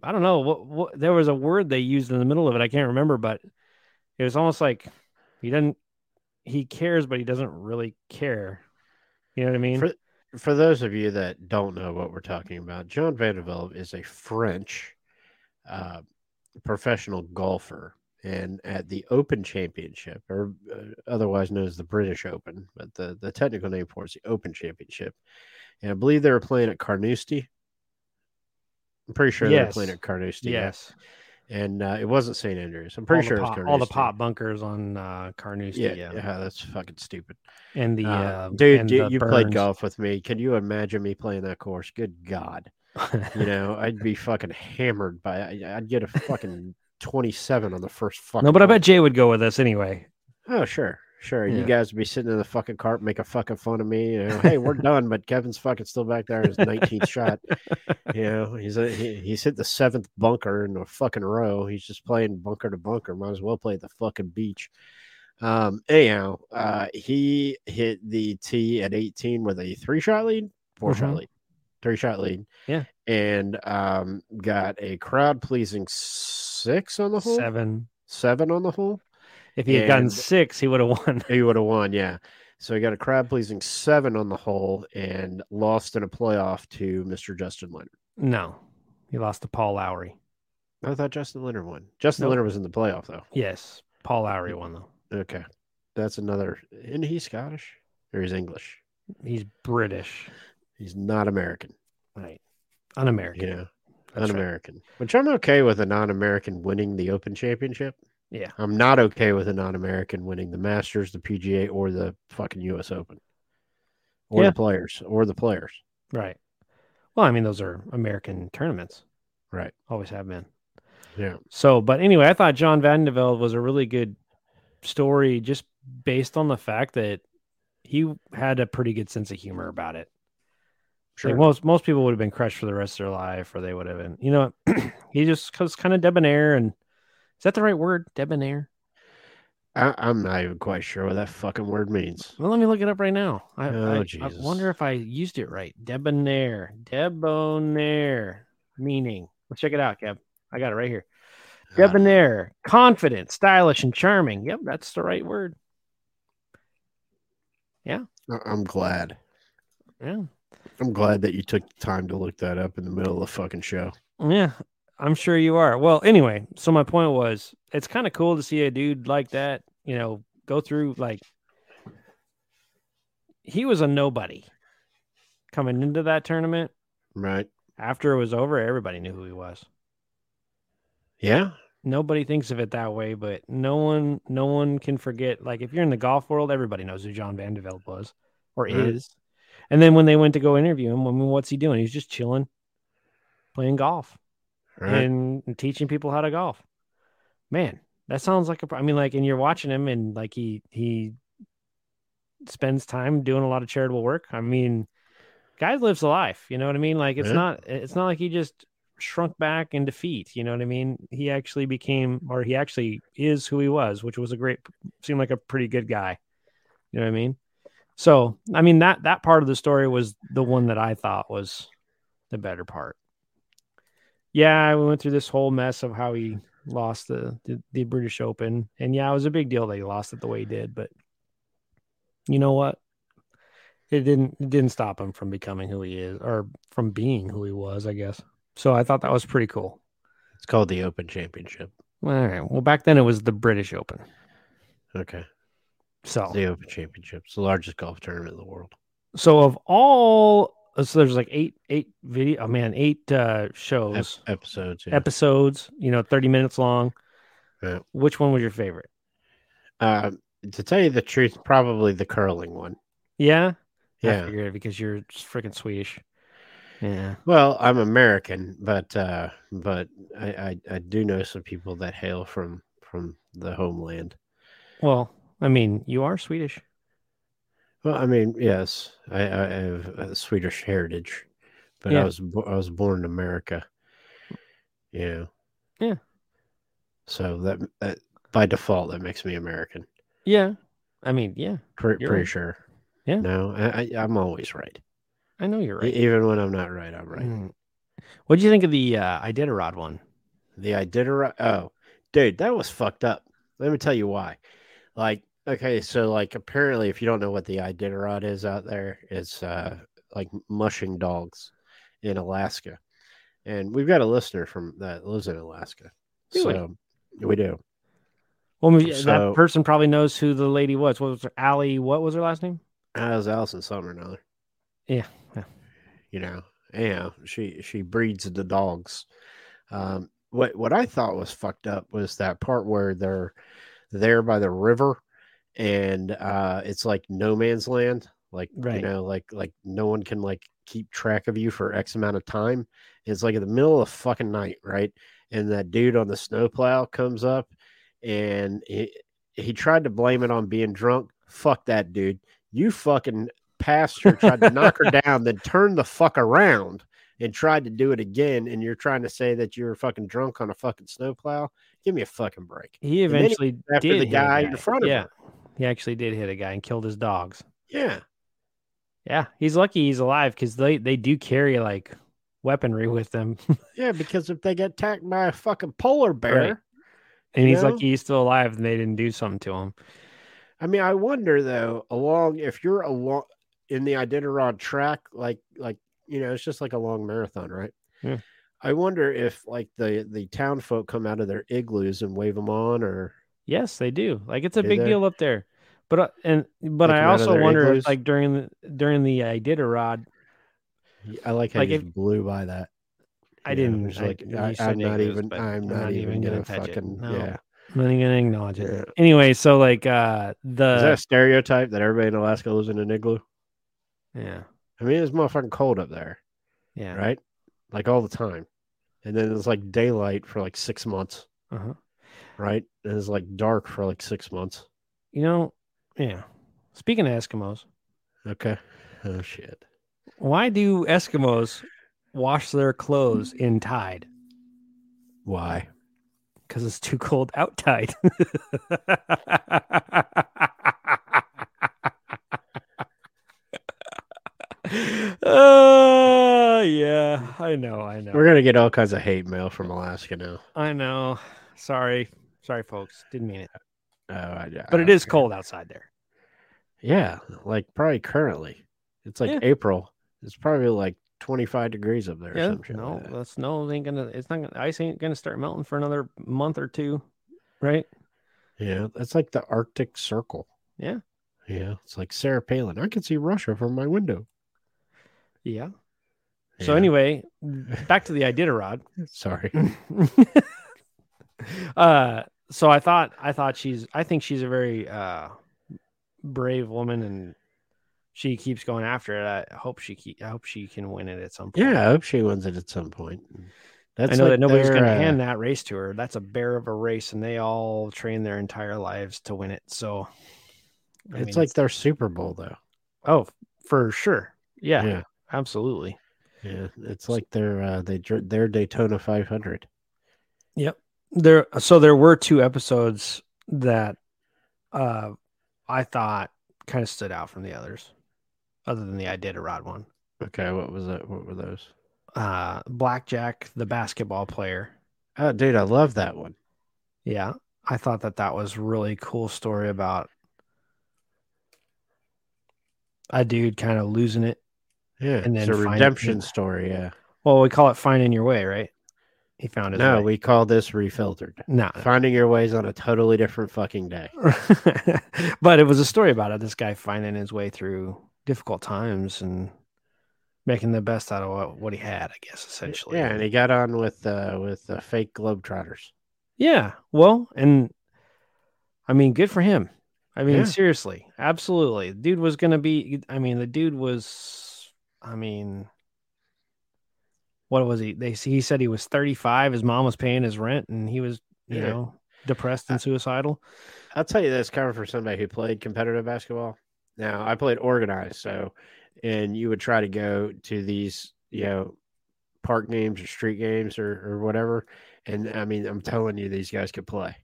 Speaker 1: I don't know what, what there was a word they used in the middle of it. I can't remember, but it was almost like he doesn't. He cares, but he doesn't really care. You know what I mean?
Speaker 2: For, for those of you that don't know what we're talking about, John Vandevelde is a French uh, professional golfer. And at the Open Championship, or uh, otherwise known as the British Open, but the, the technical name for it is the Open Championship. And I believe they were playing at Carnoustie. I'm pretty sure they were
Speaker 1: Yes.
Speaker 2: playing at Carnoustie. yeah.
Speaker 1: yes.
Speaker 2: And uh, it wasn't St. Andrews. I'm
Speaker 1: All
Speaker 2: pretty
Speaker 1: the
Speaker 2: sure
Speaker 1: pot-
Speaker 2: it was Carnoustie.
Speaker 1: all the pot bunkers on uh, Carnoustie.
Speaker 2: Yeah,
Speaker 1: yeah.
Speaker 2: yeah, yeah, that's fucking stupid.
Speaker 1: and the
Speaker 2: Uh,
Speaker 1: uh,
Speaker 2: dude,
Speaker 1: and
Speaker 2: you,
Speaker 1: the
Speaker 2: you played
Speaker 1: Burns.
Speaker 2: golf with me. Can you imagine me playing that course? Good God, you know I'd be fucking hammered by. I- I'd get a fucking twenty-seven on the first fucking.
Speaker 1: no, but I bet
Speaker 2: hole.
Speaker 1: Jay would go with us anyway.
Speaker 2: Oh sure, sure.
Speaker 1: Yeah.
Speaker 2: You guys would be sitting in the fucking cart, making fucking fun of me. You know, hey, we're done, but Kevin's fucking still back there. in His nineteenth shot. You know, he's a, he, he's hit the seventh bunker in a fucking row. He's just playing bunker to bunker. Might as well play at the fucking beach. Um, anyhow, uh, he hit the tee at 18 with a three shot lead, 4 shot
Speaker 1: Mhm.
Speaker 2: lead, three shot lead.
Speaker 1: Yeah.
Speaker 2: And um, got a crowd pleasing six on the hole,
Speaker 1: Seven.
Speaker 2: seven on the hole.
Speaker 1: If he had gotten
Speaker 2: And-
Speaker 1: six, he would have won.
Speaker 2: He would have won, yeah. So he got a crowd pleasing seven on the hole and lost in a playoff to Mr. Justin Leonard.
Speaker 1: No, he lost to Paul Lowry.
Speaker 2: I thought Justin Leonard won. Justin
Speaker 1: Nope.
Speaker 2: Leonard was in the playoff though.
Speaker 1: Yes, Paul Lowry won though.
Speaker 2: Okay, that's another. Isn't he Scottish or he's English?
Speaker 1: He's British,
Speaker 2: He's not American.
Speaker 1: right? Un-American.
Speaker 2: You know,
Speaker 1: That's right.
Speaker 2: un-American. Which I'm okay with a non-American winning the Open Championship.
Speaker 1: Yeah.
Speaker 2: I'm not okay with a non-American winning the Masters, the PGA, or the fucking U.S. Open, or
Speaker 1: Yeah.
Speaker 2: the players, or the players.
Speaker 1: Right. Well, I mean, those are American tournaments.
Speaker 2: Right.
Speaker 1: Always have been.
Speaker 2: Yeah.
Speaker 1: So, but anyway, I thought John Vandeveld was a really good story just based on the fact that he had a pretty good sense of humor about it.
Speaker 2: Sure.
Speaker 1: Like most most people would have been crushed for the rest of their life, or they would have been, you know, he just was kind of debonair. And is that the right word? Debonair?
Speaker 2: I, I'm not even quite sure what that fucking word means.
Speaker 1: Well, let me look it up right now. I,
Speaker 2: Oh,
Speaker 1: I- I,
Speaker 2: Jesus.
Speaker 1: wonder if I used it right. Debonair. Debonair. Meaning. Let's check it out, Kev. I got it right here. Debonair, confident, stylish, and charming. Yep, that's the right word.
Speaker 2: Uh, I- I'm glad.
Speaker 1: Yeah.
Speaker 2: I'm glad that you took the time to look that up in the middle of the fucking show.
Speaker 1: Yeah. I'm sure you are. Well, anyway, so my point was it's kind of cool to see a dude like that, you know, go through like he was a nobody coming into that tournament.
Speaker 2: Right.
Speaker 1: After it was over, everybody knew who he was.
Speaker 2: Yeah.
Speaker 1: nobody thinks of it that way, but no one no one can forget. Like if you're in the golf world, everybody knows who John Vandeveld was or
Speaker 2: Right.
Speaker 1: is. And then when they went to go interview him, I mean, what's he doing? He's just chilling, playing golf
Speaker 2: Right.
Speaker 1: and, and teaching people how to golf. Man, that sounds like a. pro- I mean, like, and you're watching him, and like he he spends time doing a lot of charitable work. I mean, guy lives a life. You know what I mean? Like, it's
Speaker 2: Yeah.
Speaker 1: not it's not like he just shrunk back in defeat. You know what I mean? He actually became, or he actually is who he was, which was a great. Seemed like a pretty good guy. You know what I mean? So, I mean that that part of the story was the one that I thought was the better part. Yeah, we went through this whole mess of how he
Speaker 2: Hmm.
Speaker 1: lost the the, the British Open, and yeah, it was a big deal that he lost it the way he did. But you know what? It didn't it didn't stop him from becoming who he is, or from being who he was, I guess. So I thought that was pretty cool.
Speaker 2: It's called the Open Championship.
Speaker 1: All right. Well, back then it was the British Open.
Speaker 2: Okay.
Speaker 1: So
Speaker 2: The Open Championship. It's the largest golf tournament in the world.
Speaker 1: so of all uh, so there's like eight eight video oh man eight uh
Speaker 2: Ep-
Speaker 1: shows
Speaker 2: episodes. Yeah.
Speaker 1: episodes you know 30 minutes long
Speaker 2: Yeah.
Speaker 1: which one was your favorite
Speaker 2: Um, to tell you the truth, probably the curling one.
Speaker 1: yeah i
Speaker 2: Yeah.
Speaker 1: figured it because you're just freaking swedish yeah
Speaker 2: Well, I'm American, but uh, but I, I I do know some people that hail from from the homeland.
Speaker 1: well i mean you are swedish
Speaker 2: Well, I mean, yes, I, I have a Swedish heritage, but
Speaker 1: Yeah. Mm.
Speaker 2: I was bo- I was born in America. Yeah.
Speaker 1: Yeah.
Speaker 2: So that, that by default that makes me American.
Speaker 1: yeah i mean yeah
Speaker 2: Pre-
Speaker 1: You're
Speaker 2: pretty
Speaker 1: right.
Speaker 2: sure.
Speaker 1: Yeah.
Speaker 2: No, I, I, I'm always right.
Speaker 1: i know you're
Speaker 2: E-
Speaker 1: right
Speaker 2: Even when I'm not right, I'm right.
Speaker 1: Mm. what'd you think of the uh iditarod one
Speaker 2: The Iditarod. Oh, dude, that was fucked up. Let me tell you why. Like, okay, so like apparently, if you don't know what the Iditarod is out there, it's uh like mushing dogs in Alaska, and we've got a listener from that lives in Alaska.
Speaker 1: Do we?
Speaker 2: so we do.
Speaker 1: well I mean, that
Speaker 2: So-
Speaker 1: person probably knows who the lady was what was her Allie? what was her last name
Speaker 2: I was Allison Summer, another.
Speaker 1: Yeah, yeah.
Speaker 2: You know, yeah. She she breeds the dogs. Um, what what I thought was fucked up was that part where they're there by the river, and uh, it's like no man's land. Like you
Speaker 1: Right.
Speaker 2: know, like like no one can like keep track of you for X amount of time. It's like in the middle of the fucking night, right? And that dude on the snowplow comes up, and he he tried to blame it on being drunk. Fuck that dude. You fucking passed her, tried to knock her down, then turned the fuck around and tried to do it again. And you're trying to say that you were fucking drunk on a fucking snowplow. Give me a fucking break.
Speaker 1: he
Speaker 2: then he
Speaker 1: eventually
Speaker 2: after
Speaker 1: did hit
Speaker 2: the
Speaker 1: a
Speaker 2: guy in front of
Speaker 1: yeah
Speaker 2: her.
Speaker 1: he actually did hit a guy and killed his dogs
Speaker 2: Yeah.
Speaker 1: Yeah, he's lucky he's alive because they they do carry like weaponry with them,
Speaker 2: Yeah. Because if they get attacked by a fucking polar bear,
Speaker 1: Right. and he's
Speaker 2: Yeah.
Speaker 1: lucky he's still alive and they didn't do something to him.
Speaker 2: I mean, I wonder though, along if you're along in the Iditarod track, like like you know, it's just like a long marathon, right?
Speaker 1: Yeah.
Speaker 2: I wonder if like the the town folk come out of their igloos and wave them on, or
Speaker 1: Yes, they do. Like it's a
Speaker 2: Do
Speaker 1: big
Speaker 2: they?
Speaker 1: deal up there. But uh, and but
Speaker 2: They
Speaker 1: I
Speaker 2: come out of
Speaker 1: also
Speaker 2: their
Speaker 1: wonder
Speaker 2: igloos?
Speaker 1: if like during the during the uh, Iditarod,
Speaker 2: I like how
Speaker 1: Like
Speaker 2: you
Speaker 1: if-
Speaker 2: just blew by that.
Speaker 1: I
Speaker 2: You know,
Speaker 1: didn't-
Speaker 2: it's
Speaker 1: I-
Speaker 2: like
Speaker 1: you
Speaker 2: I,
Speaker 1: said
Speaker 2: am not
Speaker 1: igloos,
Speaker 2: even.
Speaker 1: but
Speaker 2: I'm not, even gonna,
Speaker 1: touch it.
Speaker 2: fucking.
Speaker 1: No.
Speaker 2: Yeah.
Speaker 1: I'm not even gonna acknowledge it.
Speaker 2: Yeah.
Speaker 1: Anyway, so like uh
Speaker 2: Is that a
Speaker 1: the
Speaker 2: stereotype that everybody in Alaska lives in an igloo?
Speaker 1: yeah
Speaker 2: I mean, it's motherfucking cold up there,
Speaker 1: yeah
Speaker 2: right? Like all the time, and then it's like daylight for like six months.
Speaker 1: uh-huh.
Speaker 2: right? And it's like dark for like six months.
Speaker 1: you know yeah. Speaking of Eskimos,
Speaker 2: Okay. Oh shit.
Speaker 1: why do Eskimos wash their clothes in tide?
Speaker 2: Why?
Speaker 1: Because it's too cold out tide. uh, yeah, I know, I know.
Speaker 2: We're gonna get all kinds of hate mail from Alaska now.
Speaker 1: I know. Sorry. Sorry, folks. Didn't mean it.
Speaker 2: Oh, I,
Speaker 1: But it
Speaker 2: I-
Speaker 1: is cold outside there.
Speaker 2: Yeah, like probably currently, it's like
Speaker 1: Yeah.
Speaker 2: April. It's probably like twenty-five degrees up there. or
Speaker 1: Yeah.
Speaker 2: some shit
Speaker 1: No,
Speaker 2: like that.
Speaker 1: the snow ain't gonna it's not gonna ice ain't gonna start melting for another month or two. Right?
Speaker 2: yeah, that's like the Arctic Circle.
Speaker 1: Yeah.
Speaker 2: Yeah, it's like Sarah Palin. I can see Russia from my window.
Speaker 1: Yeah. So
Speaker 2: Yeah.
Speaker 1: anyway, back to the Iditarod.
Speaker 2: sorry.
Speaker 1: uh so I thought I thought she's I think she's a very uh brave woman and she keeps going after it. I hope she keep, I hope she can win it at some point.
Speaker 2: Yeah, I hope she wins it at some point. That's
Speaker 1: I know
Speaker 2: like
Speaker 1: that nobody's
Speaker 2: their,
Speaker 1: going to
Speaker 2: uh,
Speaker 1: hand that race to her. That's a bear of a race, and they all train their entire lives to win it. So I mean,
Speaker 2: It's like their Super Bowl though.
Speaker 1: oh, for sure, yeah,
Speaker 2: yeah.
Speaker 1: absolutely.
Speaker 2: Yeah, it's like their uh, they dr- their Daytona 500.
Speaker 1: There, so there were two episodes that uh, I thought kind of stood out from the others, other than the I did a rod one.
Speaker 2: Okay, what was that? What were those?
Speaker 1: Uh, Blackjack, the basketball player.
Speaker 2: Oh, dude, I love that one.
Speaker 1: Yeah, I thought that that was really cool story about a dude kind of losing it
Speaker 2: Yeah,
Speaker 1: And then
Speaker 2: it's a
Speaker 1: find-
Speaker 2: redemption story. Yeah.
Speaker 1: Well, we call it finding your way, right? He found his
Speaker 2: No,
Speaker 1: way.
Speaker 2: we call this refiltered.
Speaker 1: no.
Speaker 2: Finding your ways on a totally different fucking day.
Speaker 1: but it was a story about it. This guy finding his way through difficult times and making the best out of what, what he had, I guess, essentially.
Speaker 2: Yeah, and he got on with uh, with uh, fake globetrotters.
Speaker 1: yeah. Well, and I mean, good for him. I mean,
Speaker 2: Yeah.
Speaker 1: seriously, absolutely. Dude was going to be, I mean, the dude was, I mean, what was he? They he said he was 35. His mom was paying his rent and he was, you
Speaker 2: Yeah.
Speaker 1: know, depressed and suicidal.
Speaker 2: I'll tell you this, coming from somebody who played competitive basketball. Now I played organized, so and you would try to go to these, you know, park games or street games or, or whatever. And I mean, I'm telling you, these guys could play.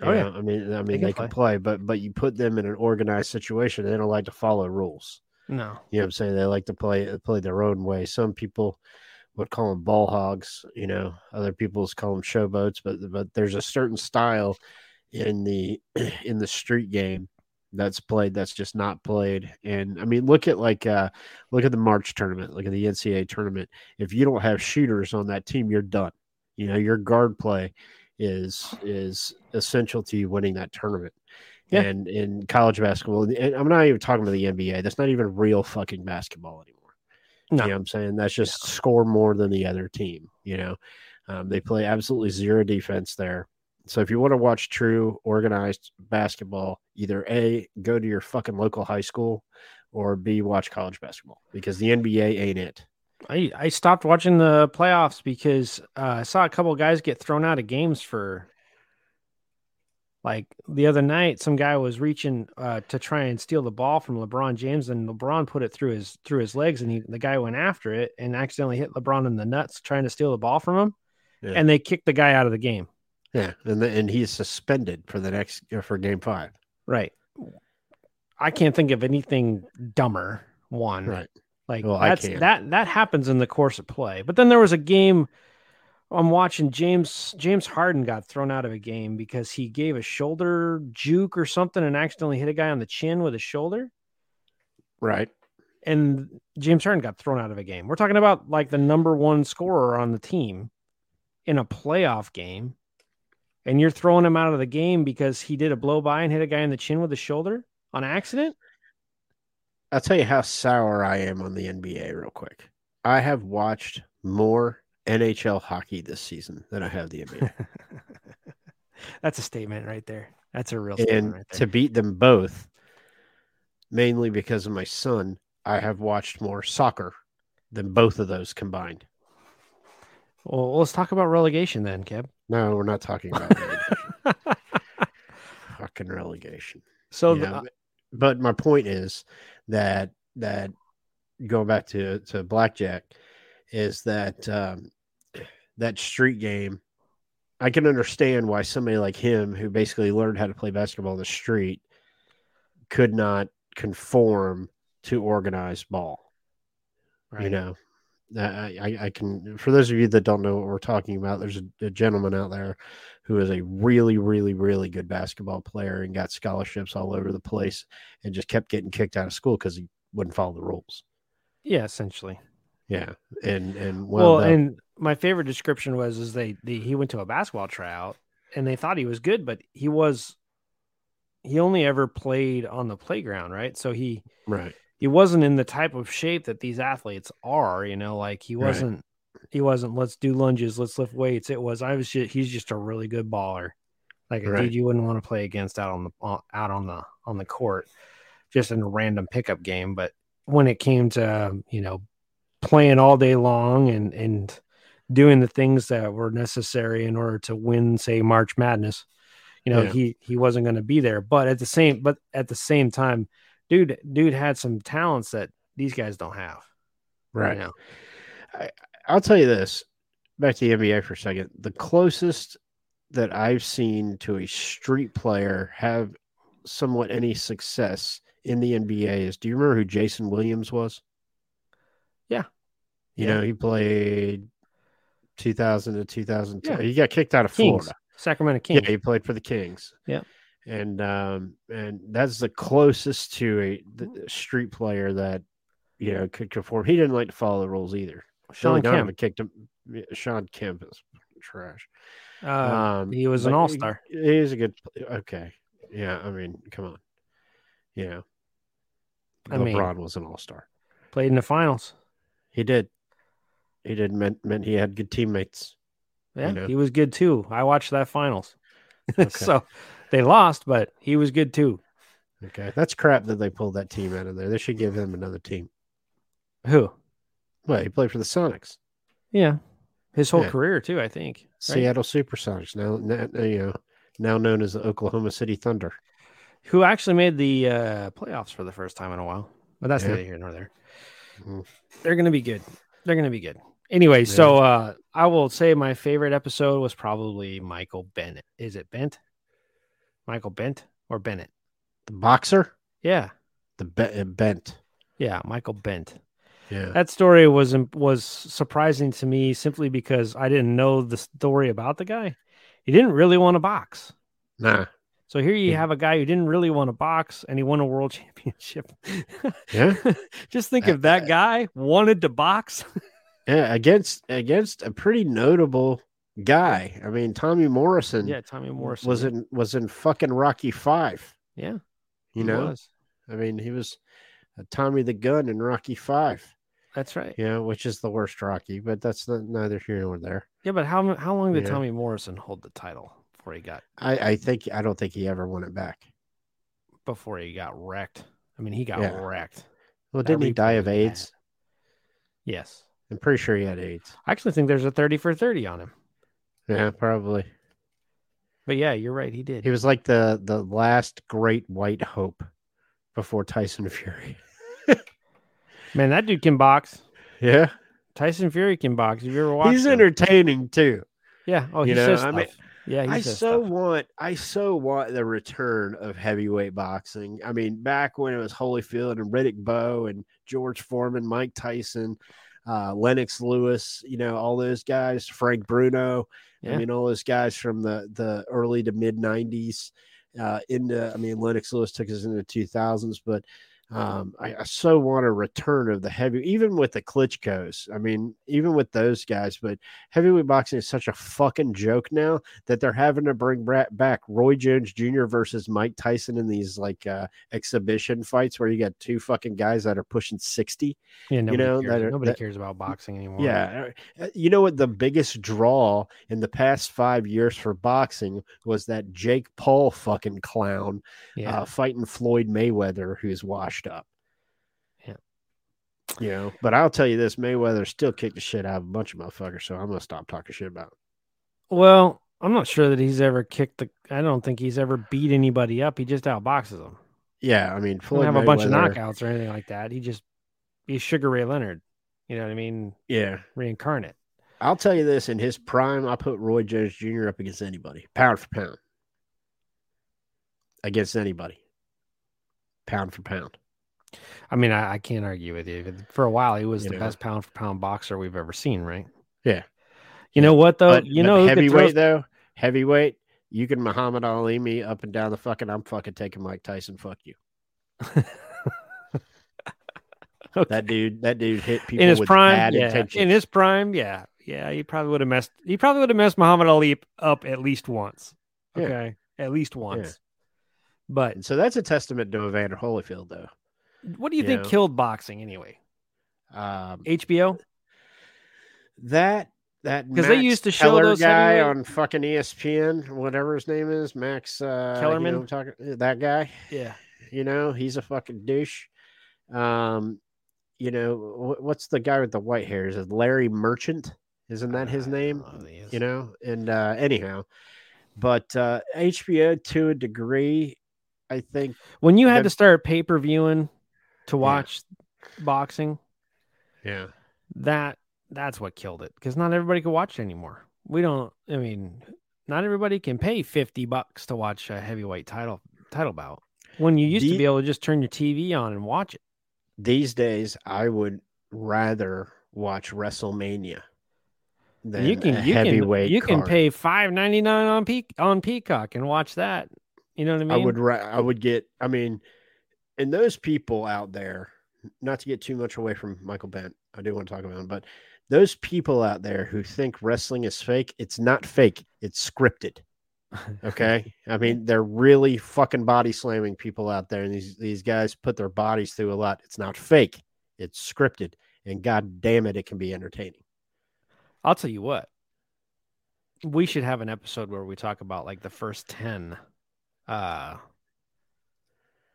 Speaker 2: You
Speaker 1: Oh, yeah.
Speaker 2: know, I mean, I mean, they,
Speaker 1: can
Speaker 2: can play, but but you put them in an organized situation, they don't like to follow rules.
Speaker 1: No.
Speaker 2: You know what I'm saying? They like to play uh, play their own way. Some people would call them ball hogs, you know. Other people's call them showboats, but but there's a certain style in the in the street game that's played that's just not played. And I mean, look at like uh look at the March tournament, look at the NCAA tournament. If you don't have shooters on that team, you're done. You know, your guard play is is essential to you winning that tournament.
Speaker 1: Yeah.
Speaker 2: And in college basketball, and I'm not even talking about the NBA. That's not even real fucking basketball anymore.
Speaker 1: No.
Speaker 2: You know what I'm saying? That's just score more than the other team. You know, um, they play absolutely zero defense there. So if you want to watch true organized basketball, either A, go to your fucking local high school or B, watch college basketball because the NBA ain't it.
Speaker 1: I, I stopped watching the playoffs because uh, I saw a couple guys get thrown out of games for like the other night some guy was reaching uh, to try and steal the ball from LeBron James and LeBron put it through his through his legs and he, the guy went after it and accidentally hit LeBron in the nuts trying to steal the ball from him
Speaker 2: Yeah.
Speaker 1: and they kicked the guy out of the game.
Speaker 2: Yeah. And, the, and he's suspended for the next, uh, for game five.
Speaker 1: Right. I can't think of anything dumber one.
Speaker 2: Right.
Speaker 1: Like
Speaker 2: Well, I
Speaker 1: that's
Speaker 2: can.
Speaker 1: that that happens in the course of play. But then there was a game I'm watching James James Harden got thrown out of a game because he gave a shoulder juke or something and accidentally hit a guy on the chin with his shoulder.
Speaker 2: Right.
Speaker 1: And James Harden got thrown out of a game. We're talking about like the number one scorer on the team in a playoff game, and you're throwing him out of the game because he did a blow by and hit a guy in the chin with his shoulder on accident.
Speaker 2: I'll tell you how sour I am on the NBA real quick. I have watched more NHL hockey this season than I have the NBA.
Speaker 1: That's a statement right there. That's a real
Speaker 2: and
Speaker 1: statement right
Speaker 2: to
Speaker 1: there.
Speaker 2: beat them both, mainly because of my son, I have watched more soccer than both of those combined.
Speaker 1: Well, let's talk about relegation then, Kev.
Speaker 2: No, we're not talking about relegation. fucking relegation.
Speaker 1: so
Speaker 2: Yeah,
Speaker 1: the, uh,
Speaker 2: but- but my point is that that going back to to blackjack is that um, that street game. I can understand why somebody like him, who basically learned how to play basketball in the street, could not conform to organized ball.
Speaker 1: right.
Speaker 2: You know, I, I, I can, for those of you that don't know what we're talking about, there's a, a gentleman out there who is a really, really, really good basketball player and got scholarships all over the place and just kept getting kicked out of school because he wouldn't follow the rules.
Speaker 1: yeah, essentially.
Speaker 2: Yeah. And, and,
Speaker 1: Well,
Speaker 2: well,
Speaker 1: and my favorite description was is they, they he went to a basketball tryout and they thought he was good, but he was he only ever played on the playground, right? So he
Speaker 2: right.
Speaker 1: he wasn't in the type of shape that these athletes are, you know, like he
Speaker 2: Right.
Speaker 1: wasn't he wasn't let's do lunges, let's lift weights. It was I was just he's just a really good baller. Like a
Speaker 2: Right.
Speaker 1: dude you wouldn't want to play against out on the on- out on the on the court just in a random pickup game, but when it came to, um, you know, playing all day long and and doing the things that were necessary in order to win say March Madness, you know,
Speaker 2: Yeah.
Speaker 1: he he wasn't going to be there, but at the same but at the same time dude dude had some talents that these guys don't have
Speaker 2: Right.
Speaker 1: now.
Speaker 2: I'll tell you this back to the NBA for a second. The closest that I've seen to a street player have somewhat any success in the NBA is do you remember who Jason Williams was?
Speaker 1: Yeah.
Speaker 2: You
Speaker 1: Yeah.
Speaker 2: know, he played 2000 to 2002.
Speaker 1: Yeah.
Speaker 2: He got kicked out of
Speaker 1: Kings,
Speaker 2: Florida.
Speaker 1: Sacramento Kings.
Speaker 2: Yeah, he played for the Kings.
Speaker 1: Yeah.
Speaker 2: And um and that's the closest to a th- street player that you know could conform. He didn't like to follow the rules either.
Speaker 1: Sean
Speaker 2: Billy Donovan
Speaker 1: Kemp.
Speaker 2: kicked him. yeah, Sean Kemp is trash. Um,
Speaker 1: Uh, he was an
Speaker 2: but he-
Speaker 1: all-star.
Speaker 2: He is a good. pl- Okay, yeah. I mean, come on. Yeah,
Speaker 1: I mean-
Speaker 2: LeBron was an all star.
Speaker 1: Played in the finals.
Speaker 2: He did. He did meant meant he had good teammates.
Speaker 1: Yeah,
Speaker 2: know.
Speaker 1: he was good too. I watched that finals.
Speaker 2: Okay.
Speaker 1: so they lost, but he was good too.
Speaker 2: Okay, that's crap that they pulled that team out of there. They should give him another team.
Speaker 1: Who?
Speaker 2: Well, he played for the Sonics,
Speaker 1: Yeah, his whole
Speaker 2: Yeah.
Speaker 1: career too. I think. right?
Speaker 2: Seattle SuperSonics, now, now you know, now known as the Oklahoma City Thunder.
Speaker 1: Who actually made the uh, playoffs for the first time in a while? But that's
Speaker 2: Yeah.
Speaker 1: neither here nor there.
Speaker 2: Mhm.
Speaker 1: They're gonna be good. They're gonna be good. Anyway, so uh, I will say my favorite episode was probably Michael Bennett. Is it Bent? Michael Bent or Bennett?
Speaker 2: The boxer,
Speaker 1: Yeah,
Speaker 2: the be- bent.
Speaker 1: yeah, Michael Bent.
Speaker 2: Yeah,
Speaker 1: That story was was surprising to me simply because I didn't know the story about the guy. He didn't really want to box.
Speaker 2: nah.
Speaker 1: So here you
Speaker 2: Yeah.
Speaker 1: have a guy who didn't really want to box and he won a world championship.
Speaker 2: Yeah.
Speaker 1: Just think
Speaker 2: That-
Speaker 1: if that
Speaker 2: that-
Speaker 1: guy wanted to box.
Speaker 2: Yeah, against against a pretty notable guy. I mean, Tommy Morrison
Speaker 1: yeah, Tommy Morrison
Speaker 2: was in was in fucking Rocky Five.
Speaker 1: Yeah,
Speaker 2: You
Speaker 1: he
Speaker 2: know,
Speaker 1: was.
Speaker 2: I mean, he was a Tommy the Gun in Rocky Five.
Speaker 1: That's right. Yeah,
Speaker 2: Yeah, which is the worst Rocky, but that's not, neither here nor there.
Speaker 1: but how how long did
Speaker 2: Yeah.
Speaker 1: Tommy Morrison hold the title before he got
Speaker 2: I I think I don't think he ever won it back.
Speaker 1: before he got wrecked? I mean, he got
Speaker 2: Yeah.
Speaker 1: wrecked.
Speaker 2: Well,
Speaker 1: That
Speaker 2: didn't he
Speaker 1: replay
Speaker 2: die of
Speaker 1: was
Speaker 2: AIDS?
Speaker 1: Yes.
Speaker 2: I'm pretty sure he had AIDS.
Speaker 1: I actually think there's a 30 for 30 on him.
Speaker 2: Yeah, probably.
Speaker 1: But yeah, you're right. He did.
Speaker 2: He was like the the last great white hope before Tyson Fury.
Speaker 1: Man, that dude can box.
Speaker 2: Yeah,
Speaker 1: Tyson Fury can box. Have you ever watched
Speaker 2: he's
Speaker 1: him?
Speaker 2: entertaining too.
Speaker 1: Yeah. Oh, he
Speaker 2: You know,
Speaker 1: says
Speaker 2: I mean,
Speaker 1: stuff. yeah, he
Speaker 2: I
Speaker 1: says
Speaker 2: so
Speaker 1: stuff.
Speaker 2: want I so want the return of heavyweight boxing. I mean, back when it was Holyfield and Riddick Bowe and George Foreman, Mike Tyson. uh, Lennox Lewis, you know, all those guys, Frank Bruno.
Speaker 1: Yeah.
Speaker 2: I mean, all those guys from the the early to mid '90s uh, into. I mean, Lennox Lewis took us into the 2000s, but um, I, I so want a return of the heavy, even with the Klitschko's. I mean, even with those guys, but heavyweight boxing is such a fucking joke now that they're having to bring bra- back Roy Jones Jr. versus Mike Tyson in these like uh, exhibition fights where you got two fucking guys that are pushing 60.
Speaker 1: Yeah, nobody
Speaker 2: know,
Speaker 1: cares.
Speaker 2: that are-
Speaker 1: nobody
Speaker 2: that-
Speaker 1: cares about boxing anymore.
Speaker 2: Yeah. uh, You know what? The biggest draw in the past five years for boxing was that Jake Paul fucking clown
Speaker 1: yeah.
Speaker 2: uh, fighting Floyd Mayweather, who's washed up.
Speaker 1: Yeah.
Speaker 2: You know, but I'll tell you this Mayweather still kicked the shit out of a bunch of motherfuckers, so I'm going to stop talking shit about it.
Speaker 1: well, I'm not sure that he's ever kicked the. I don't think he's ever beat anybody up. He just outboxes them.
Speaker 2: Yeah. I mean,
Speaker 1: He don't
Speaker 2: Floyd
Speaker 1: have a bunch of
Speaker 2: Mayweather-
Speaker 1: knockouts or anything like that. He just he's Sugar Ray Leonard. You know what I mean?
Speaker 2: Yeah.
Speaker 1: Reincarnate.
Speaker 2: I'll tell you this in his prime, I put Roy Jones Jr. up against anybody, pound for pound. Against anybody, pound for pound.
Speaker 1: I mean, I, I can't argue with you. For a while, he was
Speaker 2: You
Speaker 1: the
Speaker 2: know.
Speaker 1: best pound for pound boxer we've ever seen, right?
Speaker 2: Yeah.
Speaker 1: You know what though?
Speaker 2: but,
Speaker 1: you
Speaker 2: but
Speaker 1: know who could throw-
Speaker 2: heavyweight, though, heavyweight, you can Muhammad Ali me up and down the fucking, I'm fucking taking Mike Tyson, fuck you. That dude, that dude hit people
Speaker 1: in his
Speaker 2: with
Speaker 1: prime,
Speaker 2: bad
Speaker 1: yeah.
Speaker 2: intentions.
Speaker 1: In his prime, yeah, yeah. He probably would have messed. He probably would have messed Muhammad Ali up at least once.
Speaker 2: Yeah.
Speaker 1: Okay, at least once. But
Speaker 2: And so that's a testament to Evander Holyfield, though.
Speaker 1: what do you think
Speaker 2: Yeah.
Speaker 1: killed boxing anyway?
Speaker 2: Um,
Speaker 1: HBO.
Speaker 2: that that
Speaker 1: 'Cause they
Speaker 2: Max
Speaker 1: used to show
Speaker 2: Keller
Speaker 1: those
Speaker 2: guy
Speaker 1: heavyweight-
Speaker 2: on fucking E ESPN, whatever his name is, Max uh, you know
Speaker 1: Kellerman?
Speaker 2: what I'm talking that guy.
Speaker 1: Yeah.
Speaker 2: You know, he's a fucking douche. Um, you know wh- what's the guy with the white hair? Is it Larry Merchant? Isn't that his name?
Speaker 1: Uh,
Speaker 2: you know and uh anyhow but uh hbo to a degree i think
Speaker 1: when you had
Speaker 2: the-
Speaker 1: to start pay per viewing to watch boxing,
Speaker 2: yeah
Speaker 1: that that's what killed it because not everybody could watch it anymore. We don't. I mean, not everybody can pay fifty bucks to watch a heavyweight title title bout. When you used
Speaker 2: The-
Speaker 1: to be able to just turn your TV on and watch it.
Speaker 2: these days i would rather watch wrestlemania than
Speaker 1: you can
Speaker 2: a
Speaker 1: you
Speaker 2: heavyweight
Speaker 1: can you can
Speaker 2: card.
Speaker 1: pay five ninety nine on peak on Peacock and watch that. You know what I
Speaker 2: i
Speaker 1: mean?
Speaker 2: would ra- i would get i mean and those people out there not to get too much away from michael bent i do want to talk about him but those people out there who think wrestling is fake it's not fake it's scripted Okay. I mean, they're really fucking body slamming people out there. And these, these guys put their bodies through a lot. It's not fake, it's scripted. And god damn it, it can be entertaining.
Speaker 1: I'll tell you what. We should have an episode where we talk about like the first ten, uh,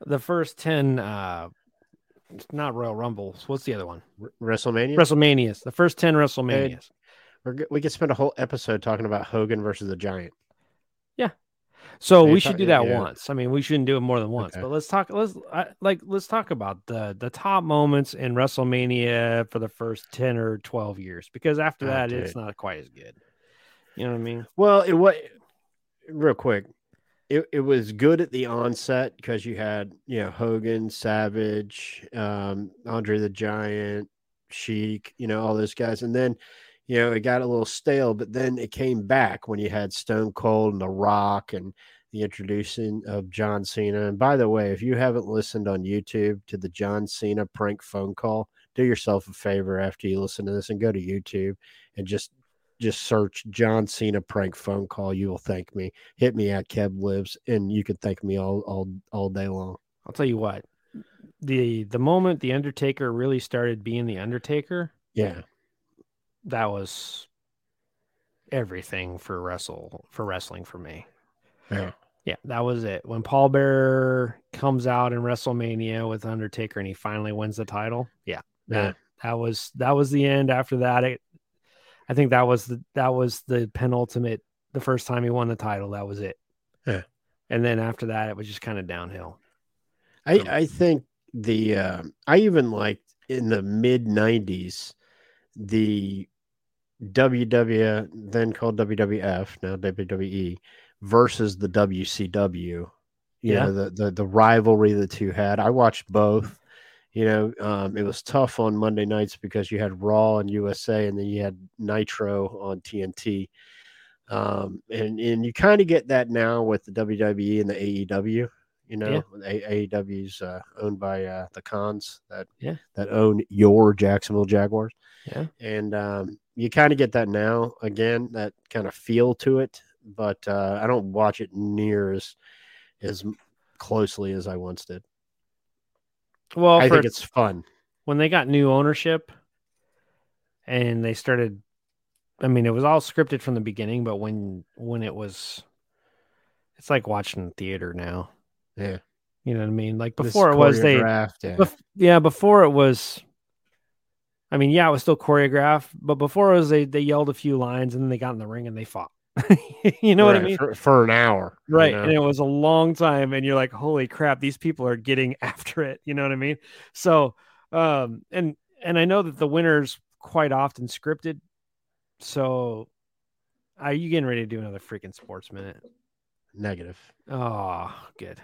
Speaker 1: the first ten. uh it's Not Royal Rumbles. What's the other one?
Speaker 2: Wr- WrestleMania?
Speaker 1: WrestleManias. The first ten WrestleManias.
Speaker 2: We're g- we could spend a whole episode talking about Hogan versus the Giant.
Speaker 1: So
Speaker 2: They
Speaker 1: we
Speaker 2: talk-
Speaker 1: should do that
Speaker 2: yeah.
Speaker 1: once. I mean, we shouldn't do it more than once.
Speaker 2: Okay.
Speaker 1: But let's talk. Let's I, like let's talk about the the top moments in WrestleMania for the first ten or twelve years, because after
Speaker 2: Oh,
Speaker 1: that,
Speaker 2: dude.
Speaker 1: it's not quite as good. You know what I mean?
Speaker 2: Well, it was real quick. It, it was good at the onset because you had, you know, Hogan, Savage, um, Andre the Giant, Sheik, you know, all those guys. And then, you know, it got a little stale, but then it came back when you had Stone Cold and The Rock and the introducing of John Cena. And by the way, if you haven't listened on YouTube to the John Cena prank phone call, do yourself a favor after you listen to this and go to YouTube and just just search John Cena prank phone call. You will thank me. Hit me at Kev Lives, and you can thank me all all all day long.
Speaker 1: I'll tell you what. the The moment the Undertaker really started being the Undertaker,
Speaker 2: Yeah,
Speaker 1: that was everything for wrestle for wrestling for me.
Speaker 2: Yeah.
Speaker 1: Yeah, that was it. When Paul Bearer comes out in WrestleMania with Undertaker and he finally wins the title. Yeah.
Speaker 2: yeah.
Speaker 1: That was that was the end after that. It, I think that was the that was the penultimate the first time he won the title. That was it.
Speaker 2: Yeah.
Speaker 1: And then after that it was just kind of downhill.
Speaker 2: I
Speaker 1: Um,
Speaker 2: I think the uh, I even liked in the mid '90s the WW then called WWF now WWE versus the WCW. You
Speaker 1: Yeah.
Speaker 2: know the, the the rivalry the two had. I watched both. You know, um, it was tough on Monday nights because you had Raw and USA, and then you had Nitro on TNT. Um, and and you kind of get that now with the WWE and the AEW. You know, A- AEW's uh, owned by uh, the cons that
Speaker 1: Yeah.
Speaker 2: that own your Jacksonville Jaguars.
Speaker 1: Yeah.
Speaker 2: and um, you kind of get that now again, that kind of feel to it. But uh, I don't watch it near as as closely as I once did.
Speaker 1: Well,
Speaker 2: I
Speaker 1: for,
Speaker 2: think it's fun.
Speaker 1: when they got new ownership and they started I mean, it was all scripted from the beginning, but when when it was it's like watching theater now.
Speaker 2: Yeah.
Speaker 1: You know what I mean? Like
Speaker 2: This
Speaker 1: before it was they
Speaker 2: choreographed and-
Speaker 1: Bef- yeah, before it was. I mean, yeah, it was still choreographed, but before it was they they yelled a few lines and then they got in the ring and they fought. you know what I
Speaker 2: Right,
Speaker 1: mean?
Speaker 2: For, for an hour, you
Speaker 1: Right.
Speaker 2: know?
Speaker 1: And it was a long time and you're like, holy crap, these people are getting after it. You know what I mean? So um and and I know that the winners quite often scripted. So are you getting ready to do another freaking sports minute?
Speaker 2: Negative,
Speaker 1: Oh, good.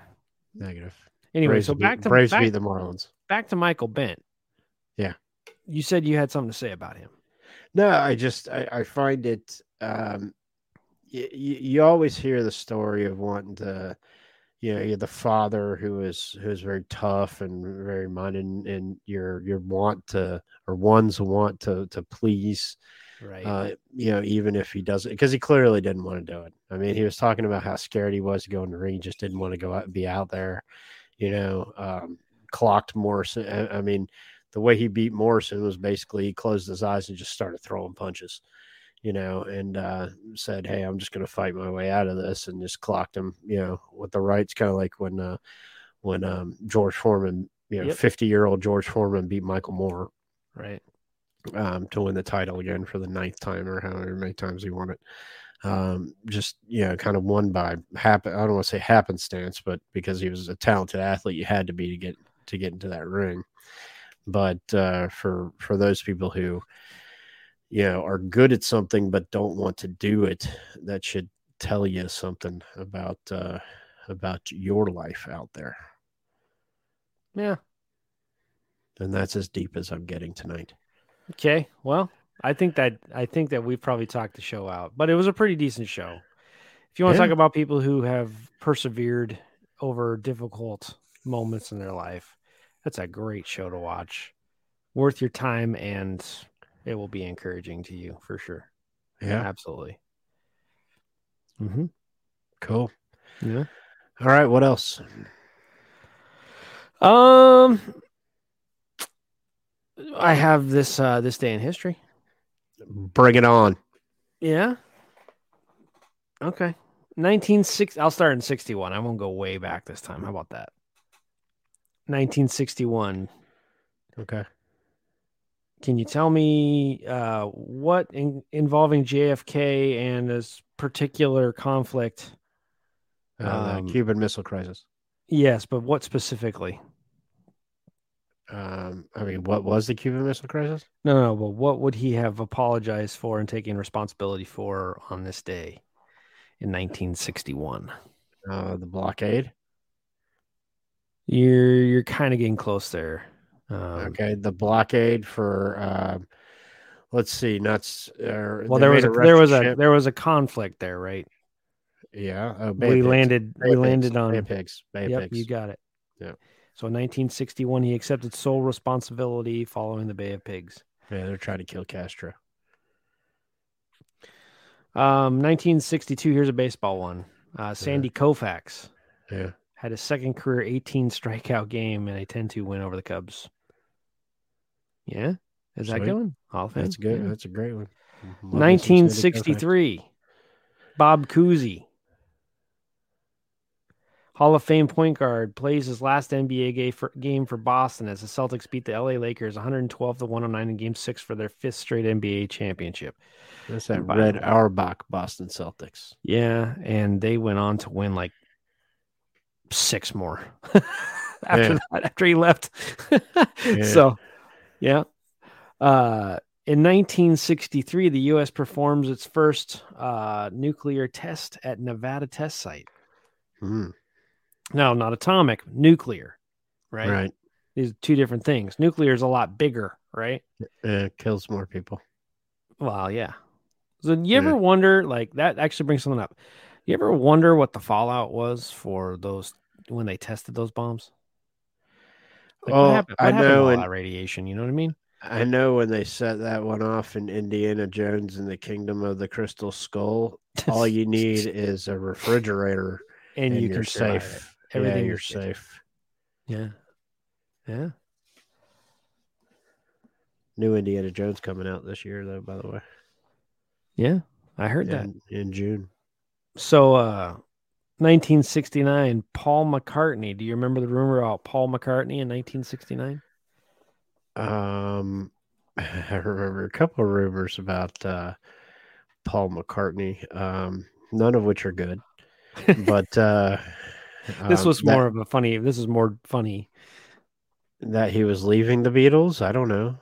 Speaker 2: negative.
Speaker 1: Anyway,
Speaker 2: Braves
Speaker 1: so
Speaker 2: beat-
Speaker 1: back to
Speaker 2: Braves
Speaker 1: back,
Speaker 2: beat the Marlins.
Speaker 1: back to Michael Bent.
Speaker 2: Yeah.
Speaker 1: You said you had something to say about him.
Speaker 2: No, I just I, I find it. Um, you, you always hear the story of wanting to, you know, you're the father who is who is very tough and very minded, and, and your your want to or one's want to to please.
Speaker 1: Right.
Speaker 2: Uh, you know, even if he doesn't, because he clearly didn't want to do it. I mean, he was talking about how scared he was to go in the ring, just didn't want to go out and be out there. You know, um, clocked Morrison. I, I mean, the way he beat Morrison was basically he closed his eyes and just started throwing punches. You know, and uh, said, "Hey, I'm just going to fight my way out of this," and just clocked him. You know, with the rights, kind of like when uh, when um, George Foreman, you know,
Speaker 1: Yep.
Speaker 2: 50 year old George Foreman beat Michael Moore
Speaker 1: right.
Speaker 2: um, to win the title again for the ninth time or however many times he won it. Um, just you know, kind of won by happen. I don't want to say happenstance, but because he was a talented athlete, you had to be to get to get into that ring. But uh, for for those people who you know are good at something but don't want to do it, that should tell you something about uh, about your life out there.
Speaker 1: Yeah.
Speaker 2: And that's as deep as I'm getting tonight.
Speaker 1: Okay. Well, I think that I think that we've probably talked the show out, but it was a pretty decent show. If you want to
Speaker 2: Yeah.
Speaker 1: talk about people who have persevered over difficult moments in their life, that's a great show to watch. Worth your time and it will be encouraging to you for sure.
Speaker 2: Yeah,
Speaker 1: Absolutely. Mm-hmm.
Speaker 2: cool.
Speaker 1: Yeah.
Speaker 2: All right, what else?
Speaker 1: Um I have this uh this day in history.
Speaker 2: Bring it on.
Speaker 1: Yeah. Okay. 1960. I'll start in 61. I won't go way back this time. How about that? 1961.
Speaker 2: Okay.
Speaker 1: Can you tell me uh, what in, involving JFK and this particular conflict?
Speaker 2: Uh, the
Speaker 1: Um,
Speaker 2: Cuban Missile Crisis.
Speaker 1: Yes, but what specifically?
Speaker 2: Um, I mean, what was the Cuban Missile Crisis?
Speaker 1: No, no, but what would he have apologized for and taken responsibility for on this day in 1961?
Speaker 2: Uh, the blockade.
Speaker 1: You're you're kind of getting close there. Um,
Speaker 2: okay, the blockade for. Um, let's see, nuts. Uh,
Speaker 1: Well,
Speaker 2: they
Speaker 1: there was
Speaker 2: made
Speaker 1: a, there was a
Speaker 2: wrecked
Speaker 1: there was a conflict there, right?
Speaker 2: ship. yeah. Oh,
Speaker 1: we
Speaker 2: pigs.
Speaker 1: landed we
Speaker 2: Bay pigs,
Speaker 1: landed
Speaker 2: bay
Speaker 1: on.
Speaker 2: pigs. Bay
Speaker 1: Yep,
Speaker 2: pigs.
Speaker 1: you got it.
Speaker 2: Yeah.
Speaker 1: So in 1961, he accepted sole responsibility following the Bay of Pigs.
Speaker 2: yeah, they're trying to kill Castro.
Speaker 1: Um, 1962. Here's a baseball one. Uh, Sandy Koufax
Speaker 2: Yeah.
Speaker 1: had his second career 18 strikeout game and a 10-2 win over the Cubs. Yeah, is that
Speaker 2: Sweet.
Speaker 1: good one? Hall of Fame.
Speaker 2: That's good.
Speaker 1: Yeah.
Speaker 2: That's a great one. Love me some Sandy Koufax.
Speaker 1: 1963, Bob Cousy, Hall of Fame point guard, plays his last NBA ga- for- game for Boston as the Celtics beat the LA Lakers 112 to 109 in Game Six for their fifth straight NBA championship.
Speaker 2: That's that
Speaker 1: Bye.
Speaker 2: red Auerbach Boston Celtics.
Speaker 1: Yeah, and they went on to win like six more after
Speaker 2: Yeah.
Speaker 1: that, after he left. So, yeah. Uh, in 1963, the U.S. performs its first uh, nuclear test at Nevada test site.
Speaker 2: Hmm,
Speaker 1: No, not atomic, nuclear, right?
Speaker 2: right.
Speaker 1: These are two different things. Nuclear is a lot bigger, right?
Speaker 2: Uh, kills more people.
Speaker 1: Well, yeah. So you
Speaker 2: Yeah.
Speaker 1: ever wonder like that actually brings something up. You ever wonder what the fallout was for those when they tested those bombs? Like,
Speaker 2: Oh,
Speaker 1: what happened,
Speaker 2: I
Speaker 1: what happened to
Speaker 2: know,
Speaker 1: all
Speaker 2: and-
Speaker 1: that radiation, you know what I mean?
Speaker 2: I know when they set that one off in Indiana Jones and the Kingdom of the Crystal Skull, all you need is a refrigerator
Speaker 1: and,
Speaker 2: and,
Speaker 1: you
Speaker 2: you are
Speaker 1: can survive it.
Speaker 2: safe.
Speaker 1: Everything
Speaker 2: yeah,
Speaker 1: is
Speaker 2: you're
Speaker 1: safe.
Speaker 2: safe.
Speaker 1: Yeah. Yeah.
Speaker 2: New Indiana Jones coming out this year, though, by the way,
Speaker 1: Yeah. I heard that.
Speaker 2: in, in June.
Speaker 1: So uh 1969, Paul McCartney. Do you remember the rumor about Paul McCartney in 1969?
Speaker 2: Um, I remember a couple of rumors about uh, Paul McCartney, um, none of which are good. But uh,
Speaker 1: This
Speaker 2: um,
Speaker 1: was
Speaker 2: that-
Speaker 1: more of a funny. This is more funny.
Speaker 2: that he was leaving the Beatles. I don't know.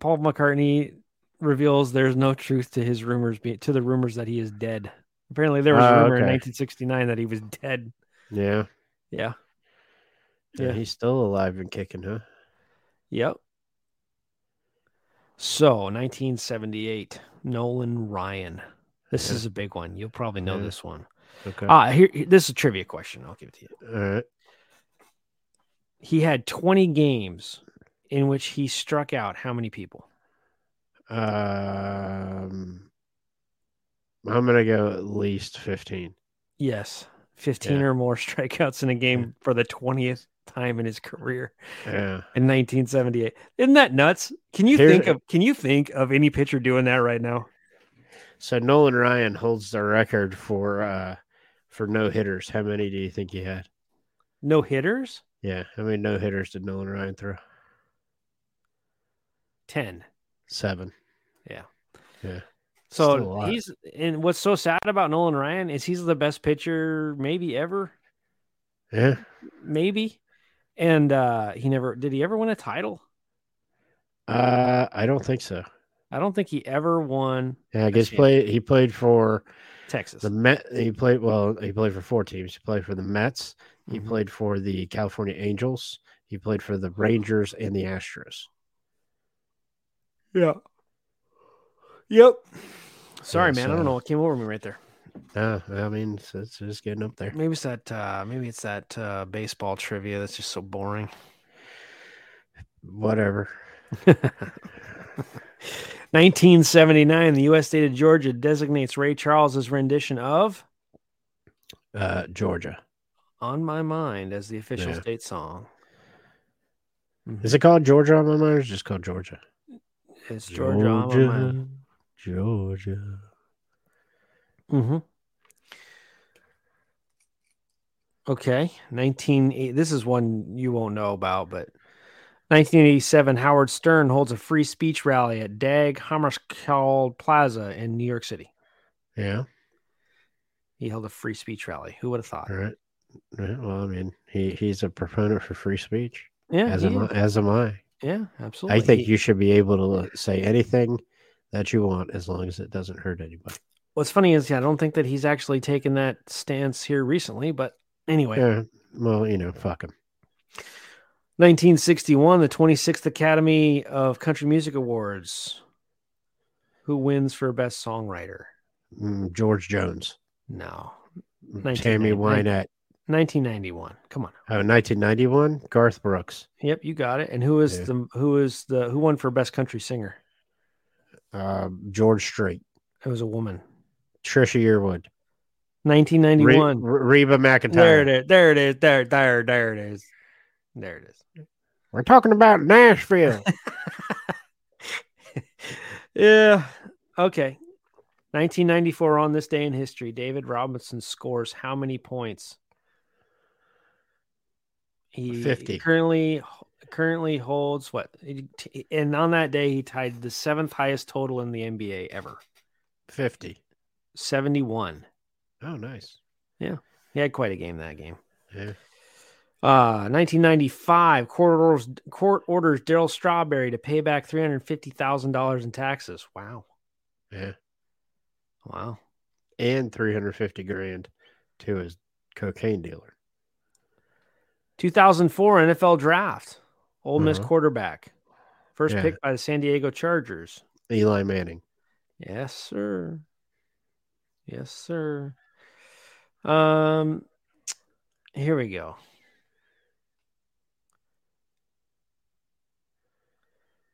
Speaker 1: Paul McCartney reveals there's no truth to his rumors be, to the rumors that he is dead. Apparently, there was a
Speaker 2: Oh,
Speaker 1: rumor in
Speaker 2: okay.
Speaker 1: 1969 that he was dead.
Speaker 2: Yeah,
Speaker 1: Yeah.
Speaker 2: yeah,
Speaker 1: Yeah.
Speaker 2: he's still alive and kicking, huh?
Speaker 1: Yep. So, 1978, Nolan Ryan. This
Speaker 2: Yeah.
Speaker 1: is a big one. You'll probably know
Speaker 2: Yeah.
Speaker 1: this one.
Speaker 2: Okay.
Speaker 1: Ah, here. This is a trivia question. I'll give it to you.
Speaker 2: All right.
Speaker 1: He had 20 games in which he struck out how many people?
Speaker 2: Um, I'm gonna go at least fifteen.
Speaker 1: Yes, 15
Speaker 2: Yeah.
Speaker 1: or more strikeouts in a game for the 20th time in his career.
Speaker 2: Yeah.
Speaker 1: in 1978. Isn't that nuts? Can you
Speaker 2: Here-
Speaker 1: think of can you think of any pitcher doing that right now?
Speaker 2: So Nolan Ryan holds the record for uh for no hitters. How many do you think he had?
Speaker 1: No hitters?
Speaker 2: Yeah. How many no hitters did Nolan Ryan throw?
Speaker 1: 10.
Speaker 2: Seven.
Speaker 1: So
Speaker 2: Still a lot.
Speaker 1: he's and what's so sad about Nolan Ryan is he's the best pitcher maybe ever,
Speaker 2: Yeah.
Speaker 1: maybe. And uh he never did he ever win a title?
Speaker 2: Uh, I don't think so.
Speaker 1: I don't think he ever won
Speaker 2: Yeah, I guess
Speaker 1: see.
Speaker 2: play he played for
Speaker 1: Texas.
Speaker 2: the Met. He played well. He played for four teams. He played for the Mets. He
Speaker 1: Mhm.
Speaker 2: played for the California Angels. He played for the Rangers and the Astros.
Speaker 1: Yeah. Yep. Sorry,
Speaker 2: Yeah,
Speaker 1: man. I
Speaker 2: so-
Speaker 1: don't know what came over me right there.
Speaker 2: Uh, I mean, it's, it's just getting up there.
Speaker 1: Maybe it's that uh maybe it's that uh baseball trivia that's just so boring. Mm-hmm.
Speaker 2: Whatever.
Speaker 1: 1979, the U.S. state of Georgia designates Ray Charles's rendition of
Speaker 2: Uh, Georgia.
Speaker 1: "On My Mind" as the official
Speaker 2: Yeah.
Speaker 1: state song.
Speaker 2: Is it called Georgia on my mind? Or is it just called Georgia?
Speaker 1: It's Georgia. On My Mind.
Speaker 2: Georgia.
Speaker 1: Mhm. Okay, 19. This is one you won't know about, but 1987, Howard Stern holds a free speech rally at Dag Hammarskjöld Plaza in New York City.
Speaker 2: Yeah.
Speaker 1: He held a free speech rally. Who would have thought?
Speaker 2: All right. Yeah, well, I mean, he, he's a proponent for free speech,
Speaker 1: Yeah,
Speaker 2: as
Speaker 1: he
Speaker 2: am I,
Speaker 1: is.
Speaker 2: as am I.
Speaker 1: yeah, absolutely.
Speaker 2: I think
Speaker 1: He-
Speaker 2: you should be able to uh, say anything that you want as long as it doesn't hurt anybody.
Speaker 1: What's funny is, yeah, I don't think that he's actually taken that stance here recently. But anyway,
Speaker 2: Yeah, well, you know, fuck him.
Speaker 1: 1961, the 26th Academy of Country Music Awards. Who wins for best songwriter?
Speaker 2: Mm, George Jones,
Speaker 1: No,
Speaker 2: Tammy
Speaker 1: 1999.
Speaker 2: Wynette.
Speaker 1: 1991. Come on.
Speaker 2: Oh, 1991, Garth Brooks.
Speaker 1: Yep, you got it. And who is
Speaker 2: Yeah.
Speaker 1: the who is the who won for best country singer?
Speaker 2: Uh, George Strait,
Speaker 1: It was a woman.
Speaker 2: Trisha Yearwood, Re-
Speaker 1: 1991.
Speaker 2: Re- Reba McIntyre.
Speaker 1: there it is. There it is. There, there, there it is. There it is.
Speaker 2: We're talking about Nashville.
Speaker 1: yeah. Okay. 1994 on this day in history, David Robinson scores how many points? He
Speaker 2: 50.
Speaker 1: currently currently holds what? And on that day he tied the seventh highest total in the NBA ever.
Speaker 2: 50.
Speaker 1: 71.
Speaker 2: Oh, nice.
Speaker 1: He had quite a game that game.
Speaker 2: Yeah.
Speaker 1: Uh, 1995, court orders court orders Daryl Strawberry to pay back $350,000 in taxes. Wow.
Speaker 2: Yeah.
Speaker 1: Wow.
Speaker 2: And 350 grand to his cocaine dealer.
Speaker 1: 2004 NFL draft. Ole Miss
Speaker 2: Uh-huh.
Speaker 1: quarterback, first
Speaker 2: Yeah.
Speaker 1: pick by the San Diego Chargers.
Speaker 2: Eli Manning.
Speaker 1: Yes, sir. Yes, sir. Um, here we go.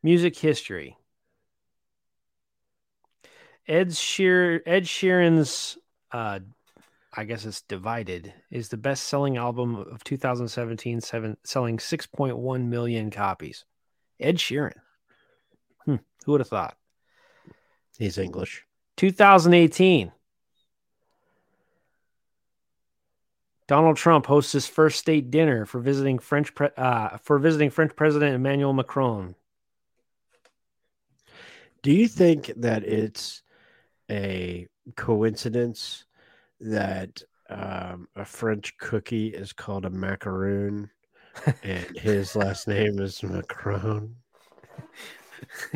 Speaker 1: Music history. Ed Sheer Ed Sheeran's uh I guess it's divided is the best selling album of 2017 seven, selling 6.1 million copies. Ed Sheeran. Hmm, who would have thought?
Speaker 2: He's English.
Speaker 1: 2018. Donald Trump hosts his first state dinner for visiting French pre- uh, for visiting French President Emmanuel Macron.
Speaker 2: Do you think that it's a coincidence that um, a French cookie is called a macaroon and his last name is Macron?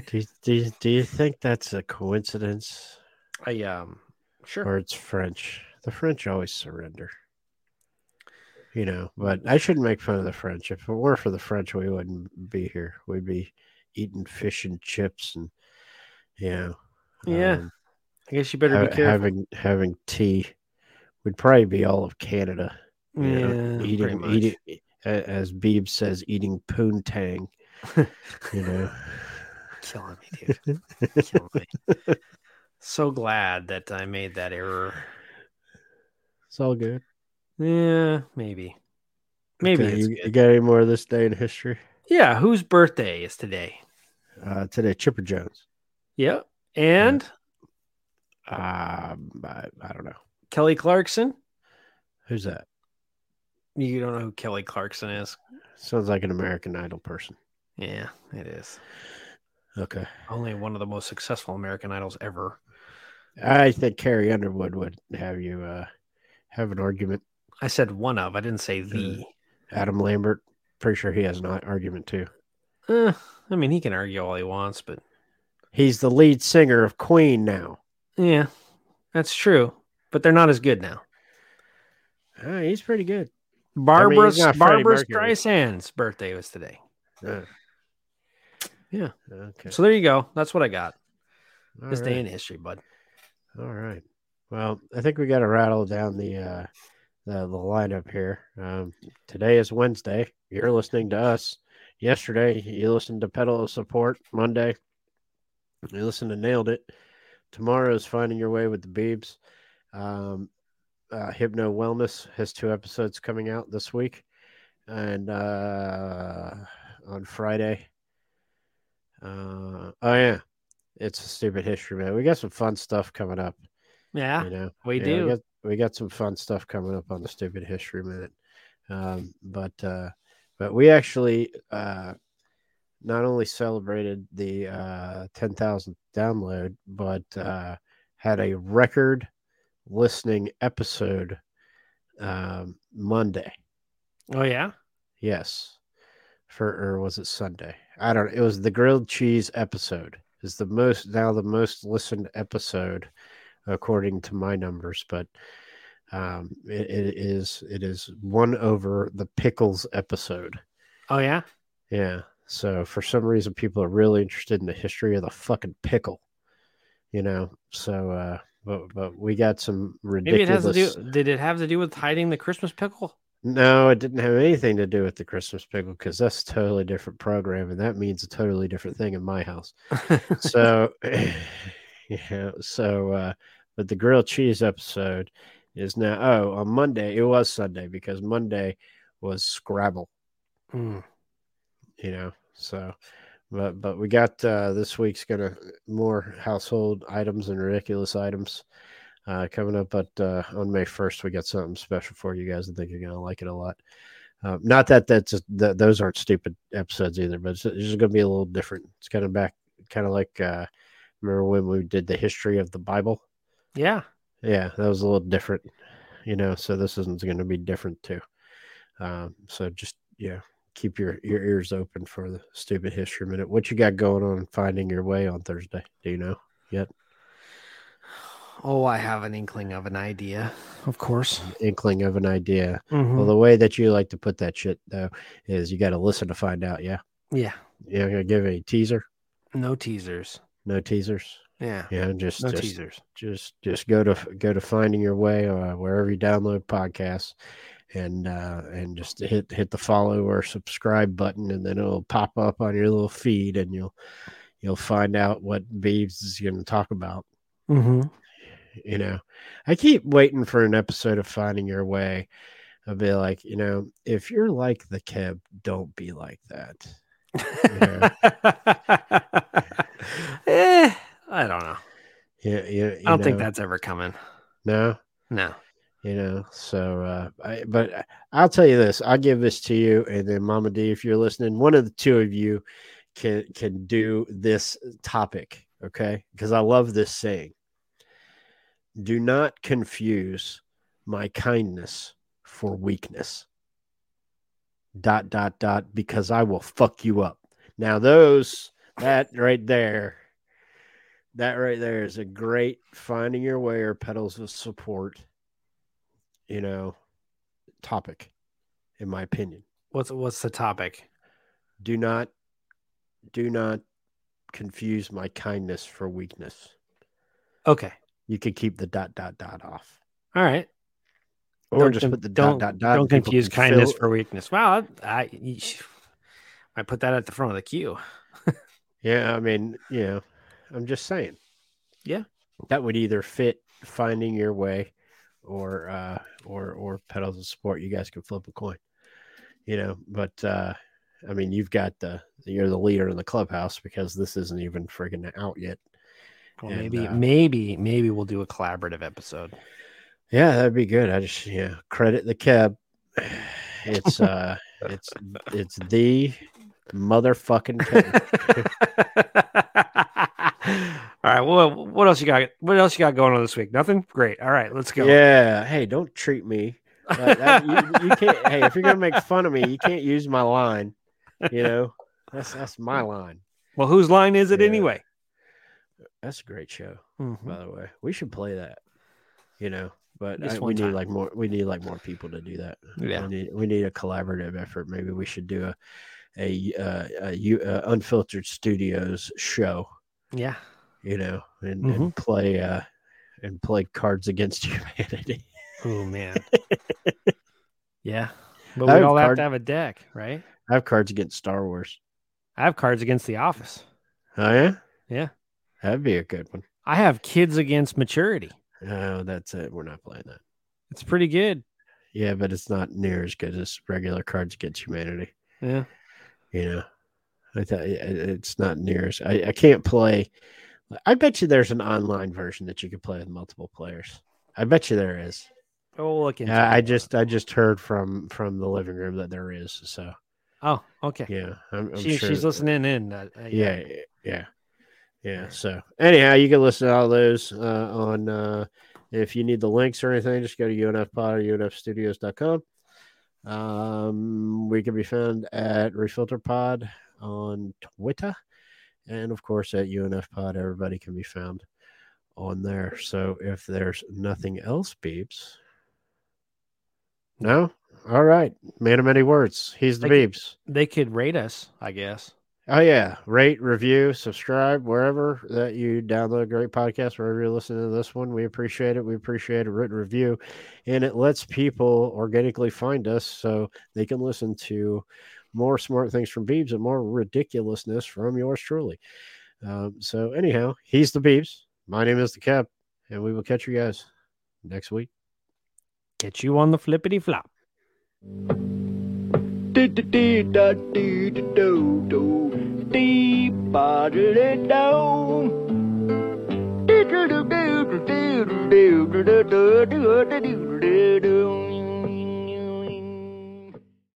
Speaker 2: Do you, do, you, do you think that's a coincidence
Speaker 1: I um sure.
Speaker 2: or it's French? The French always surrender. You know, but I shouldn't make fun of the French. If it were for the French, we wouldn't be here. We'd be eating fish and chips and, you know.
Speaker 1: Yeah.
Speaker 2: um,
Speaker 1: I guess you better
Speaker 2: ha-
Speaker 1: be careful.
Speaker 2: having having tea would probably be all of Canada. you
Speaker 1: yeah,
Speaker 2: know,
Speaker 1: pretty
Speaker 2: eating
Speaker 1: much.
Speaker 2: eating a- as Beeb says, eating poontang. you know,
Speaker 1: Killing me, dude. Killing me. So glad that I made that error.
Speaker 2: it's all good.
Speaker 1: Yeah, maybe. Maybe
Speaker 2: Okay,
Speaker 1: it's
Speaker 2: you, you
Speaker 1: good.
Speaker 2: got any more of this day in history?
Speaker 1: Yeah, whose birthday is today?
Speaker 2: Uh, today, Chipper Jones.
Speaker 1: Yep. And
Speaker 2: Mm. Um, I, I don't know
Speaker 1: Kelly Clarkson.
Speaker 2: who's that.
Speaker 1: You don't know who Kelly Clarkson is.
Speaker 2: Sounds like an American Idol person.
Speaker 1: Yeah, it is.
Speaker 2: Okay,
Speaker 1: Only one of the most successful American Idols ever.
Speaker 2: I think Carrie Underwood would have you uh, have an argument.
Speaker 1: I said one of, I didn't say the.
Speaker 2: Adam Lambert, pretty sure he has an ar- argument too.
Speaker 1: Eh, I mean, he can argue all he wants, but
Speaker 2: He's the lead singer of Queen now.
Speaker 1: yeah, that's true. But they're not as good now.
Speaker 2: Uh, he's pretty good.
Speaker 1: Barbara,
Speaker 2: he's not Freddie
Speaker 1: Barbara
Speaker 2: Mercury.
Speaker 1: Streisand's birthday was today.
Speaker 2: Uh,
Speaker 1: Yeah.
Speaker 2: Okay.
Speaker 1: So there you go. That's what I got.
Speaker 2: All
Speaker 1: This day in
Speaker 2: right.
Speaker 1: history, bud.
Speaker 2: All right. Well, I think we got to rattle down the uh, the, the lineup here. Um, today is Wednesday. You're listening to us. Yesterday, you listened to Pedal of Support. Monday, you listened to Nailed It. Tomorrow is Finding Your Way with the Beebs. Um, uh, Hypno Wellness has two episodes coming out this week. And uh, on Friday, uh, oh, yeah. It's a stupid history, man. We got some fun stuff coming up.
Speaker 1: Yeah,
Speaker 2: You know,
Speaker 1: Ah, we
Speaker 2: Yeah,
Speaker 1: do.
Speaker 2: We got, we got some fun stuff coming up on the stupid history minute. Um, but uh, but we actually uh, not only celebrated the uh, ten thousandth download, but uh, had a record listening episode um, Monday.
Speaker 1: oh, yeah.
Speaker 2: Yes. For or was it Sunday? I don't know. It was the grilled cheese episode. Is the most now the most listened episode according to my numbers, but um it, it is it is one over the pickles episode.
Speaker 1: Oh, yeah.
Speaker 2: Yeah. So for some reason people are really interested in the history of the fucking pickle. You know. So uh but but we got some
Speaker 1: Maybe
Speaker 2: ridiculous
Speaker 1: it has to do. Did it have to do with hiding the Christmas pickle?
Speaker 2: No, it didn't have anything to do with the Christmas pickle because that's a totally different program and that means a totally different thing in my house. So, yeah, so, uh, but the grilled cheese episode is now, oh, on Monday, it was Sunday because Monday was Scrabble,
Speaker 1: Mm,
Speaker 2: you know, so, but, but we got, uh, this week's gonna more household items and ridiculous items, uh, coming up, but, uh, on May 1st, we got something special for you guys. I think you're gonna like it a lot. Um, not that that's that those aren't stupid episodes either, but it's, it's just going to be a little different. It's kind of back, kind of like uh, remember when we did the history of the Bible?
Speaker 1: yeah.
Speaker 2: Yeah, that was a little different, you know. So this isn't going to be different too. Um, so just yeah, keep your your ears open for the stupid history minute. What you got going on? Finding your way on Thursday? Do you know?
Speaker 1: Oh, I have an inkling of an idea. Of course.
Speaker 2: Inkling of an idea.
Speaker 1: Mhm.
Speaker 2: Well, the way that you like to put that shit though is you got to listen to find out. Yeah.
Speaker 1: Yeah.
Speaker 2: Yeah, I'm gonna give a teaser.
Speaker 1: No teasers.
Speaker 2: No teasers.
Speaker 1: Yeah.
Speaker 2: Yeah, just
Speaker 1: No
Speaker 2: just,
Speaker 1: teasers.
Speaker 2: just just go to go to finding your way uh, wherever you download podcasts and uh and just hit hit the follow or subscribe button and then it'll pop up on your little feed and you'll you'll find out what Beeves is going to talk about
Speaker 1: Mm-hmm.
Speaker 2: you know i keep waiting for an episode of finding your way i'll be like you know if you're like the keb don't be like that Yeah.
Speaker 1: eh, I don't know.
Speaker 2: yeah yeah
Speaker 1: I don't think that's ever coming.
Speaker 2: no
Speaker 1: No.
Speaker 2: you know so uh I, but I- i'll tell you this i'll give this to you and then mama d if you're listening one of the two of you can can do this topic okay because i love this saying do not confuse my kindness for weakness dot dot dot because i will fuck you up now those that right there that right there is a great finding your way or pedals of support you know, topic, in my opinion.
Speaker 1: What's what's the topic?
Speaker 2: Do not, do not confuse my kindness for weakness.
Speaker 1: Okay.
Speaker 2: You could keep the dot dot dot off,
Speaker 1: All right.
Speaker 2: or
Speaker 1: Don't
Speaker 2: just
Speaker 1: con-
Speaker 2: put the
Speaker 1: don't,
Speaker 2: dot dot dot.
Speaker 1: Don't
Speaker 2: and people
Speaker 1: confuse
Speaker 2: can
Speaker 1: kindness
Speaker 2: fill-
Speaker 1: for weakness. Wow, I, I I put that at the front of the queue.
Speaker 2: Yeah, I mean, you know, I'm just saying.
Speaker 1: Yeah.
Speaker 2: that would either fit finding your way, or uh, or or pedals of support. You guys can flip a coin, you know. But uh, I mean, you've got the you're the leader in the clubhouse because this isn't even friggin' out yet.
Speaker 1: Well,
Speaker 2: And,
Speaker 1: maybe
Speaker 2: uh,
Speaker 1: maybe maybe we'll do a collaborative episode.
Speaker 2: Yeah, that'd be good. I just yeah, credit the cab. It's uh it's it's the motherfucking
Speaker 1: All
Speaker 2: cab.
Speaker 1: right. Well, what else you got? What else you got going on this week? Nothing. Great. All right. Let's go.
Speaker 2: Yeah. Hey, don't treat me. Like that- you, you can't hey, if you're gonna make fun of me, you can't use my line. You know? That's that's my
Speaker 1: Mm.
Speaker 2: line.
Speaker 1: Well, whose line is it
Speaker 2: Yeah.
Speaker 1: anyway?
Speaker 2: That's a great show,
Speaker 1: Mm-hmm.
Speaker 2: by the way. We should play that. You know, but
Speaker 1: Just
Speaker 2: I-
Speaker 1: one
Speaker 2: we
Speaker 1: time.
Speaker 2: need like more we need like more people to do that.
Speaker 1: Yeah.
Speaker 2: We need we need a collaborative effort. Maybe we should do a a uh, a, U- uh unfiltered studios show.
Speaker 1: Yeah.
Speaker 2: You know, and,
Speaker 1: Mhm.
Speaker 2: and play uh and play Cards Against Humanity.
Speaker 1: Oh man. yeah. But
Speaker 2: I
Speaker 1: we
Speaker 2: have
Speaker 1: all have
Speaker 2: card-
Speaker 1: to have a deck, right?
Speaker 2: I have Cards Against Star Wars.
Speaker 1: I have cards against the office.
Speaker 2: Oh yeah,
Speaker 1: Yeah.
Speaker 2: that'd be a good one.
Speaker 1: I have kids against maturity.
Speaker 2: Oh, that's it. We're not playing that.
Speaker 1: It's pretty good.
Speaker 2: Yeah, but it's not near as good as regular Cards Against Humanity.
Speaker 1: Yeah.
Speaker 2: You know, I thought it- it- it's not near as I, I can't play. I bet you there's an online version that you could play with multiple players. I bet you there is.
Speaker 1: Oh, look into
Speaker 2: Yeah,
Speaker 1: it.
Speaker 2: I just I just heard from from the living room that there is. So
Speaker 1: Oh, okay.
Speaker 2: yeah, I'm, I'm
Speaker 1: She,
Speaker 2: sure
Speaker 1: She's listening in. Uh, uh,
Speaker 2: Yeah, yeah, yeah. So anyhow, you can listen to all those uh, on. Uh, if you need the links or anything, just go to unfpod or unfstudios.com. Um, we can be found at RefilterPod on Twitter, and of course at UNFPod. Everybody can be found on there. So if there's nothing else, Beebs. No, all right. Man of many words. He's the
Speaker 1: Thank you.
Speaker 2: Beebs.
Speaker 1: They could rate us, I guess.
Speaker 2: Oh yeah, rate, review, subscribe wherever that you download great podcasts. Wherever you're listening to this one, we appreciate it. We appreciate a written review, and it lets people organically find us so they can listen to more smart things from Beebs and more ridiculousness from yours truly. Um, so anyhow, he's the Beebs. My name is the Cap, and we will catch you guys next week.
Speaker 1: Get you on the flippity flop.
Speaker 3: do do do do do do do do do do do do